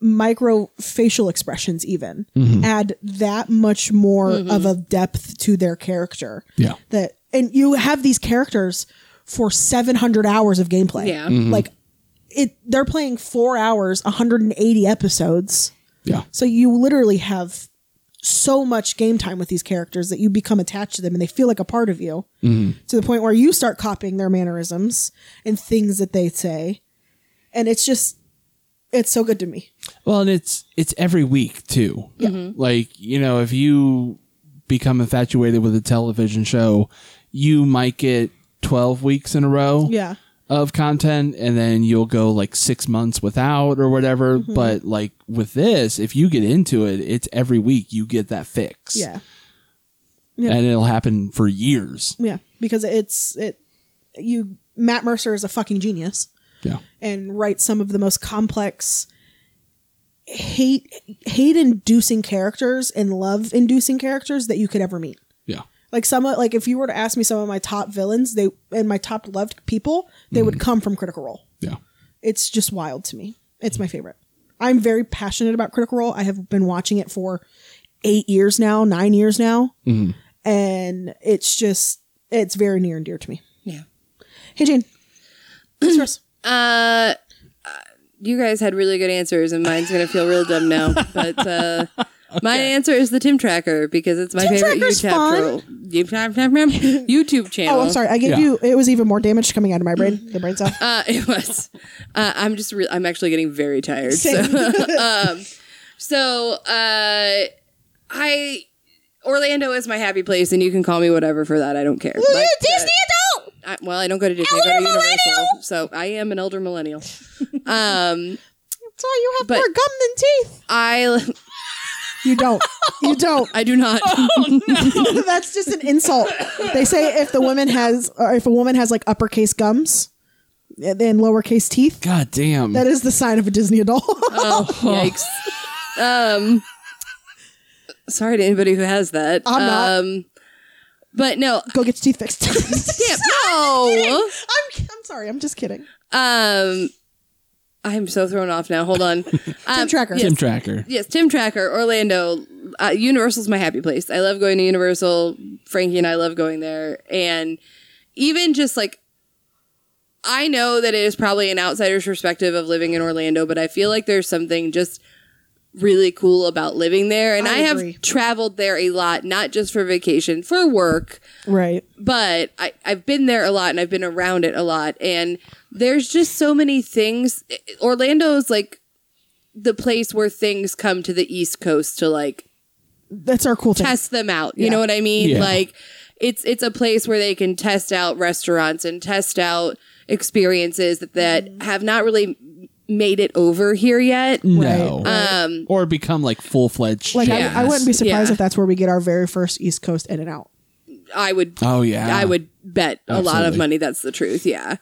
Speaker 1: micro facial expressions even add that much more of a depth to their character
Speaker 3: yeah.
Speaker 1: that and you have these characters for 700 hours of gameplay
Speaker 2: Yeah.
Speaker 1: like it they're playing four hours 180 episodes
Speaker 3: Yeah.
Speaker 1: so you literally have so much game time with these characters that you become attached to them and they feel like a part of you to the point where you start copying their mannerisms and things that they say. And it's just, it's so good to me.
Speaker 3: Well, and it's it's every week too. Like you know, if you become infatuated with a television show, you might get twelve weeks in a row
Speaker 1: Yeah.
Speaker 3: of content, and then you'll go like six months without or whatever.
Speaker 1: Mm-hmm.
Speaker 3: But like with this, if you get into it, it's every week you get that fix.
Speaker 1: Yeah.
Speaker 3: and it'll happen for years.
Speaker 1: Yeah. Because it's, it, you, Matt Mercer is a fucking genius
Speaker 3: Yeah,
Speaker 1: and writes some of the most complex hate, hate inducing characters and love inducing characters that you could ever meet.
Speaker 3: yeah,
Speaker 1: Like some of- like if you were to ask me some of my top villains, they and my top loved people, they would come from Critical Role.
Speaker 3: yeah.
Speaker 1: It's just wild to me. It's my favorite. I'm very passionate about Critical Role. I have been watching it for eight years now, nine years now, and it's just it's very near and dear to me.
Speaker 2: Yeah.
Speaker 1: Hey Jane, what's yours?
Speaker 2: Uh, you guys had really good answers, and mine's gonna feel real dumb now. But uh, my answer is the Tim Tracker because it's my favorite
Speaker 1: Tracker's
Speaker 2: YouTube,
Speaker 1: fun.
Speaker 2: channel. YouTube channel.
Speaker 1: Oh, I'm sorry. I gave
Speaker 3: Yeah.
Speaker 1: you. It was even more damage coming out of my brain. The brain cell.
Speaker 2: Uh, it was. Uh, I'm just. Re- I'm actually getting very tired. So,
Speaker 1: Same.
Speaker 2: um, so uh, I Orlando is my happy place, and you can call me whatever for that. I don't care. Like,
Speaker 5: Disney
Speaker 1: uh,
Speaker 5: adult!
Speaker 2: I, well, I don't go to Disney. I go to Universal, so I am an elder millennial. Um,
Speaker 1: That's why you have
Speaker 2: but-
Speaker 1: more gum than teeth.
Speaker 2: I
Speaker 1: You don't. You don't.
Speaker 2: I do not.
Speaker 1: That's just an insult. They say if the woman has, or if a woman has like uppercase gums and and lowercase teeth,
Speaker 3: God damn.
Speaker 1: that is the sign of a Disney adult.
Speaker 2: Oh, yikes. Um, sorry to anybody who has that.
Speaker 1: I'm not.
Speaker 2: Um, but no,
Speaker 1: Go get your teeth fixed.
Speaker 2: damn, no.
Speaker 1: I'm, I'm sorry. I'm just kidding.
Speaker 2: Um, I'm so thrown off now. Hold on. Um,
Speaker 1: Tracker.
Speaker 3: Tim Tracker.
Speaker 2: yes, Tim Tracker, Orlando. Uh, Universal's my happy place. I love going to Universal. Frankie and I love going there. And even just like, I know that it is probably an outsider's perspective of living in Orlando, but I feel like there's something just really cool about living there. And
Speaker 1: I
Speaker 2: I,
Speaker 1: agree.
Speaker 2: have traveled there a lot, not just for vacation, for work
Speaker 1: Right.
Speaker 2: but I, I've been there a lot and I've been around it a lot. And there's just so many things. Orlando is like the place where things come to the East Coast to like
Speaker 1: That's our cool thing.
Speaker 2: test them out. You know what I mean?
Speaker 3: Yeah.
Speaker 2: Like it's it's a place where they can test out restaurants and test out experiences that, that have not really made it over here yet.
Speaker 3: Mm. No.
Speaker 2: Um
Speaker 3: or become like full fledged.
Speaker 1: Like
Speaker 2: Yes.
Speaker 1: I, I wouldn't be surprised
Speaker 2: Uh, Yeah.
Speaker 1: if that's where we get our very first East Coast In and Out.
Speaker 2: I would
Speaker 3: Oh, yeah.
Speaker 2: I would bet a lot of
Speaker 3: Absolutely.
Speaker 2: money that's the truth, yeah.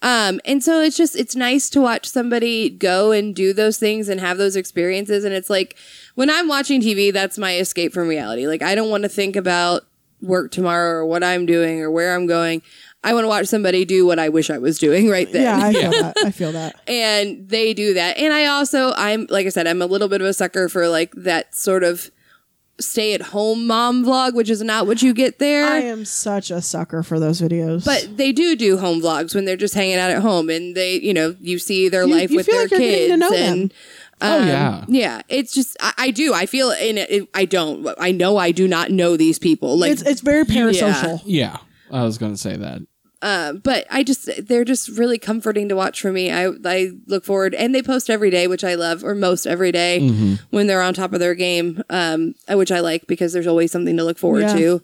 Speaker 2: Um and so it's just it's nice to watch somebody go and do those things and have those experiences and it's like when I'm watching TV that's my escape from reality. Like I don't want to think about work tomorrow or what I'm doing or where I'm going. I want to watch somebody do what I wish I was doing right then
Speaker 1: Yeah, I feel that. I feel that.
Speaker 2: and they do that. And I also, I'm like I said, I'm a little bit of a sucker for like that sort of stay at home mom vlog, which is not what you get
Speaker 1: I
Speaker 2: there.
Speaker 1: am such a sucker for those videos.
Speaker 2: But they do do home vlogs when they're just hanging out at home, and they, you know, you see their
Speaker 1: You-
Speaker 2: life
Speaker 1: you
Speaker 2: with
Speaker 1: feel
Speaker 2: their
Speaker 1: like you're getting
Speaker 2: kids.
Speaker 1: to know them.
Speaker 2: and um,
Speaker 3: oh yeah.
Speaker 2: yeah, it's just I, I do. I feel in it, it- I don't. I know I do not know these people. Like
Speaker 1: it's it's very parasocial.
Speaker 3: Yeah. I was gonna say that.
Speaker 2: Uh, but I just they're just really comforting to watch for me. I I look forward and they post every day, which I love, or most every day when they're on top of their game, um, which I like because there's always something to look forward
Speaker 1: Yeah.
Speaker 2: to.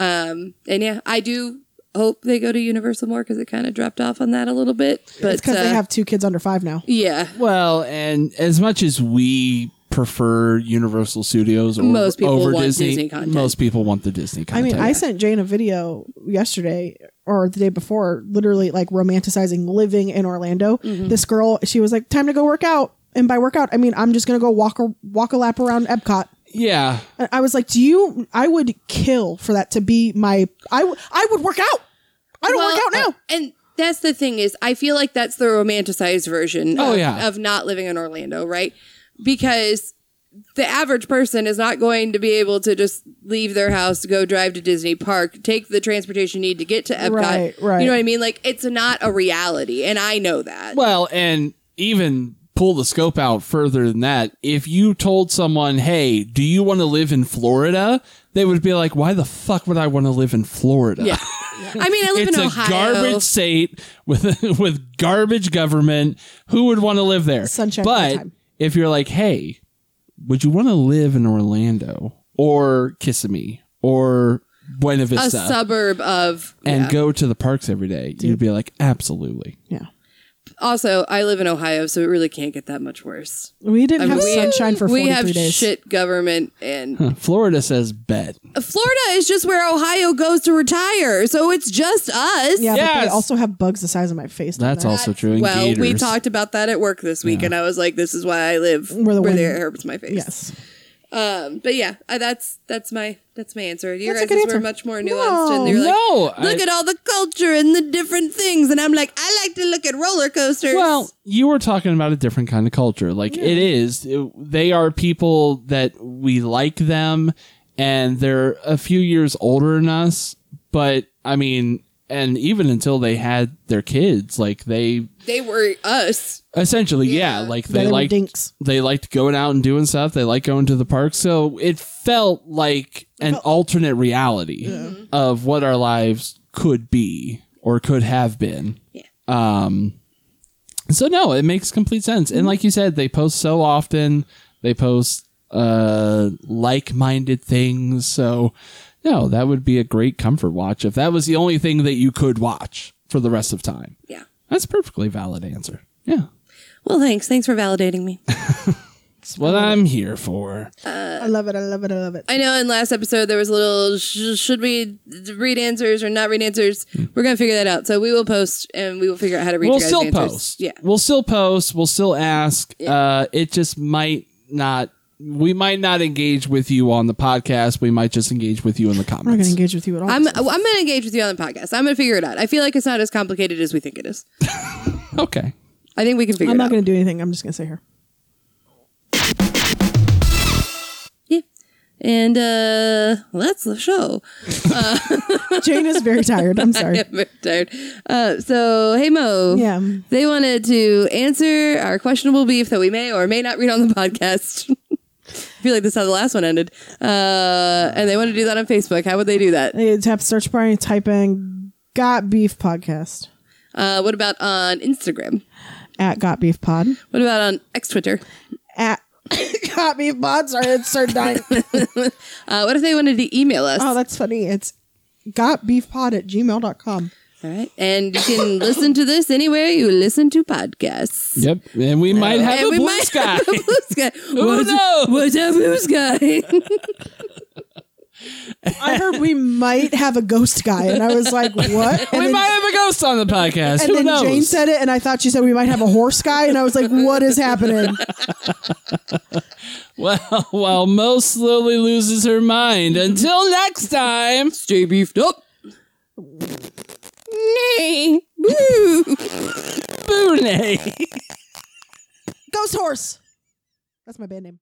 Speaker 2: Um, and yeah, I do hope they go to Universal more because it kind of dropped off on that a little bit. But
Speaker 1: It's because
Speaker 2: uh,
Speaker 1: they have two kids under five now.
Speaker 2: yeah,
Speaker 3: Well, and as much as we prefer Universal Studios or
Speaker 2: Most people
Speaker 3: over
Speaker 2: want
Speaker 3: Disney,
Speaker 2: Disney content.
Speaker 3: most people want the Disney
Speaker 1: I
Speaker 3: content.
Speaker 1: mean, I sent Jane a video yesterday or the day before, literally like romanticizing living in Orlando.
Speaker 2: Mm-hmm.
Speaker 1: This girl, she was like, "Time to go work out," and by workout, I mean I'm just gonna go walk a walk a lap around Epcot.
Speaker 3: yeah,
Speaker 1: And I was like, "Do you? I would kill for that to be my. I w- I would work out. I don't work out now.
Speaker 2: uh, And that's the thing is, I feel like that's the romanticized version.
Speaker 3: Oh,
Speaker 2: of,
Speaker 3: yeah.
Speaker 2: of not living in Orlando, right? Because the average person is not going to be able to just leave their house, go drive to Disney Park, take the transportation you need to get to Epcot.
Speaker 1: Right, right.
Speaker 2: You know what I mean? Like it's not a reality, and I know that.
Speaker 3: well, and even pull the scope out further than that. If you told someone, "Hey, do you want to live in Florida?" They would be like, "Why the fuck would I want to live in Florida?"
Speaker 2: Yeah. I mean, I live
Speaker 3: It's
Speaker 2: in
Speaker 3: a
Speaker 2: Ohio.
Speaker 3: garbage state with with garbage government. Who would want to live there?
Speaker 1: Sunshine all the
Speaker 3: But
Speaker 1: time.
Speaker 3: if you're like, hey, would you want to live in Orlando or Kissimmee or Buena
Speaker 2: a
Speaker 3: Vista
Speaker 2: suburb of
Speaker 3: and
Speaker 2: yeah.
Speaker 3: go to the parks every day? You'd be like, absolutely.
Speaker 2: uh,
Speaker 1: Yeah,
Speaker 2: also I live in Ohio, so it really can't get that much worse.
Speaker 1: we didn't
Speaker 2: I mean,
Speaker 1: have
Speaker 2: we-
Speaker 1: sunshine for
Speaker 2: we
Speaker 1: 43
Speaker 2: have
Speaker 1: days.
Speaker 2: shit government and
Speaker 3: Florida says bet.
Speaker 2: Florida is just where Ohio goes to retire, so it's just us.
Speaker 1: Yeah, but they
Speaker 3: Yes.
Speaker 1: also have bugs the size of my face. down
Speaker 3: That's
Speaker 1: there.
Speaker 3: also true. And
Speaker 2: Well, we
Speaker 3: gators.
Speaker 2: talked about that at work this week, and I was like, "This is why I live where
Speaker 1: the
Speaker 2: the, where
Speaker 1: wind-
Speaker 2: the air hurts my face."
Speaker 1: Yes.
Speaker 2: Um, but yeah, I, that's that's my that's my answer. You
Speaker 1: That's a
Speaker 2: guys
Speaker 1: good
Speaker 2: were
Speaker 1: answer.
Speaker 2: much more nuanced, and
Speaker 1: No.
Speaker 2: you're like,
Speaker 3: No, I-
Speaker 2: "Look at all the culture and the different things," and I'm like, "I like to look at roller coasters."
Speaker 3: Well, you were talking about a different kind of culture. Like it is, it- they are people that we like them, and they're a few years older than us. But I mean, and even until they had their kids, like they
Speaker 2: they were us.
Speaker 3: essentially, yeah,
Speaker 2: Yeah.
Speaker 3: like
Speaker 1: They,
Speaker 3: they
Speaker 1: were
Speaker 3: like
Speaker 1: dinks.
Speaker 3: they liked going out and doing stuff. They liked going to the park. So it felt like an alternate reality of what our lives could be or could have been.
Speaker 2: Yeah.
Speaker 3: Um, so no, it makes complete sense. And like you said, they post so often. They post uh like-minded things. So no, that would be a great comfort watch if that was the only thing that you could watch for the rest of time.
Speaker 2: Yeah.
Speaker 3: That's a perfectly valid answer. Yeah.
Speaker 2: Well, thanks. Thanks for validating me.
Speaker 3: It's what I'm here for.
Speaker 1: I love it. I love it. I love it.
Speaker 2: Uh, I know in last episode there was a little sh- should we d- read answers or not read answers. We're gonna figure that out. So we will post and we will figure out how to read.
Speaker 3: Hmm. we'll
Speaker 2: you guys
Speaker 3: still
Speaker 2: answers.
Speaker 3: post.
Speaker 2: Yeah,
Speaker 3: we'll still post. We'll still ask. Uh, it just might not. We might not engage with you on the podcast. We might just engage with you in the
Speaker 1: I'm not going
Speaker 3: comments.
Speaker 1: to engage with you at all.
Speaker 2: I'm I'm gonna engage with you on the podcast. I'm gonna figure it out. I feel like it's not as complicated as we think it is.
Speaker 3: okay.
Speaker 2: I think we can figure
Speaker 1: I'm
Speaker 2: it out.
Speaker 1: not going to do anything. I'm just going to sit here.
Speaker 2: yeah. And uh, well, that's the show.
Speaker 1: Jane is very tired. I'm sorry.
Speaker 2: I'm very tired. Uh, so hey Mo.
Speaker 1: Yeah.
Speaker 2: They wanted to answer our questionable beef that we may or may not read on the podcast. I feel like this is how the last one ended. Uh, and they want to do that on Facebook. How would they do that?
Speaker 1: They tap search bar and type in Got Beef Podcast
Speaker 2: Uh, what about on Instagram?
Speaker 1: at Got Beef Pod.
Speaker 2: What about on X Twitter?
Speaker 1: At Got Beef Pod. Sorry, it's so dying.
Speaker 2: Uh, what if they wanted to email us?
Speaker 1: oh, that's funny. It's gotbeefpod at gmail.com.
Speaker 2: All right. And you can listen to this anywhere you listen to podcasts.
Speaker 3: Yep. And we might have
Speaker 2: And
Speaker 3: a
Speaker 2: we
Speaker 3: blue
Speaker 2: might
Speaker 3: sky.
Speaker 2: have a blue sky.
Speaker 3: Who
Speaker 2: What's-
Speaker 3: knows?
Speaker 2: What's up, blue sky?
Speaker 1: I heard we might have a ghost guy, and I was like, what? And
Speaker 3: We
Speaker 1: then,
Speaker 3: might have a ghost on the podcast.
Speaker 1: and
Speaker 3: Who
Speaker 1: then
Speaker 3: knows?
Speaker 1: Jane said it, and I thought she said we might have a horse guy, and I was like, what is happening?
Speaker 3: well, while Mo slowly loses her mind. Until next time, stay beefed up.
Speaker 2: Nay. Woo.
Speaker 3: Boonay.
Speaker 1: Ghost Horse. That's my band name.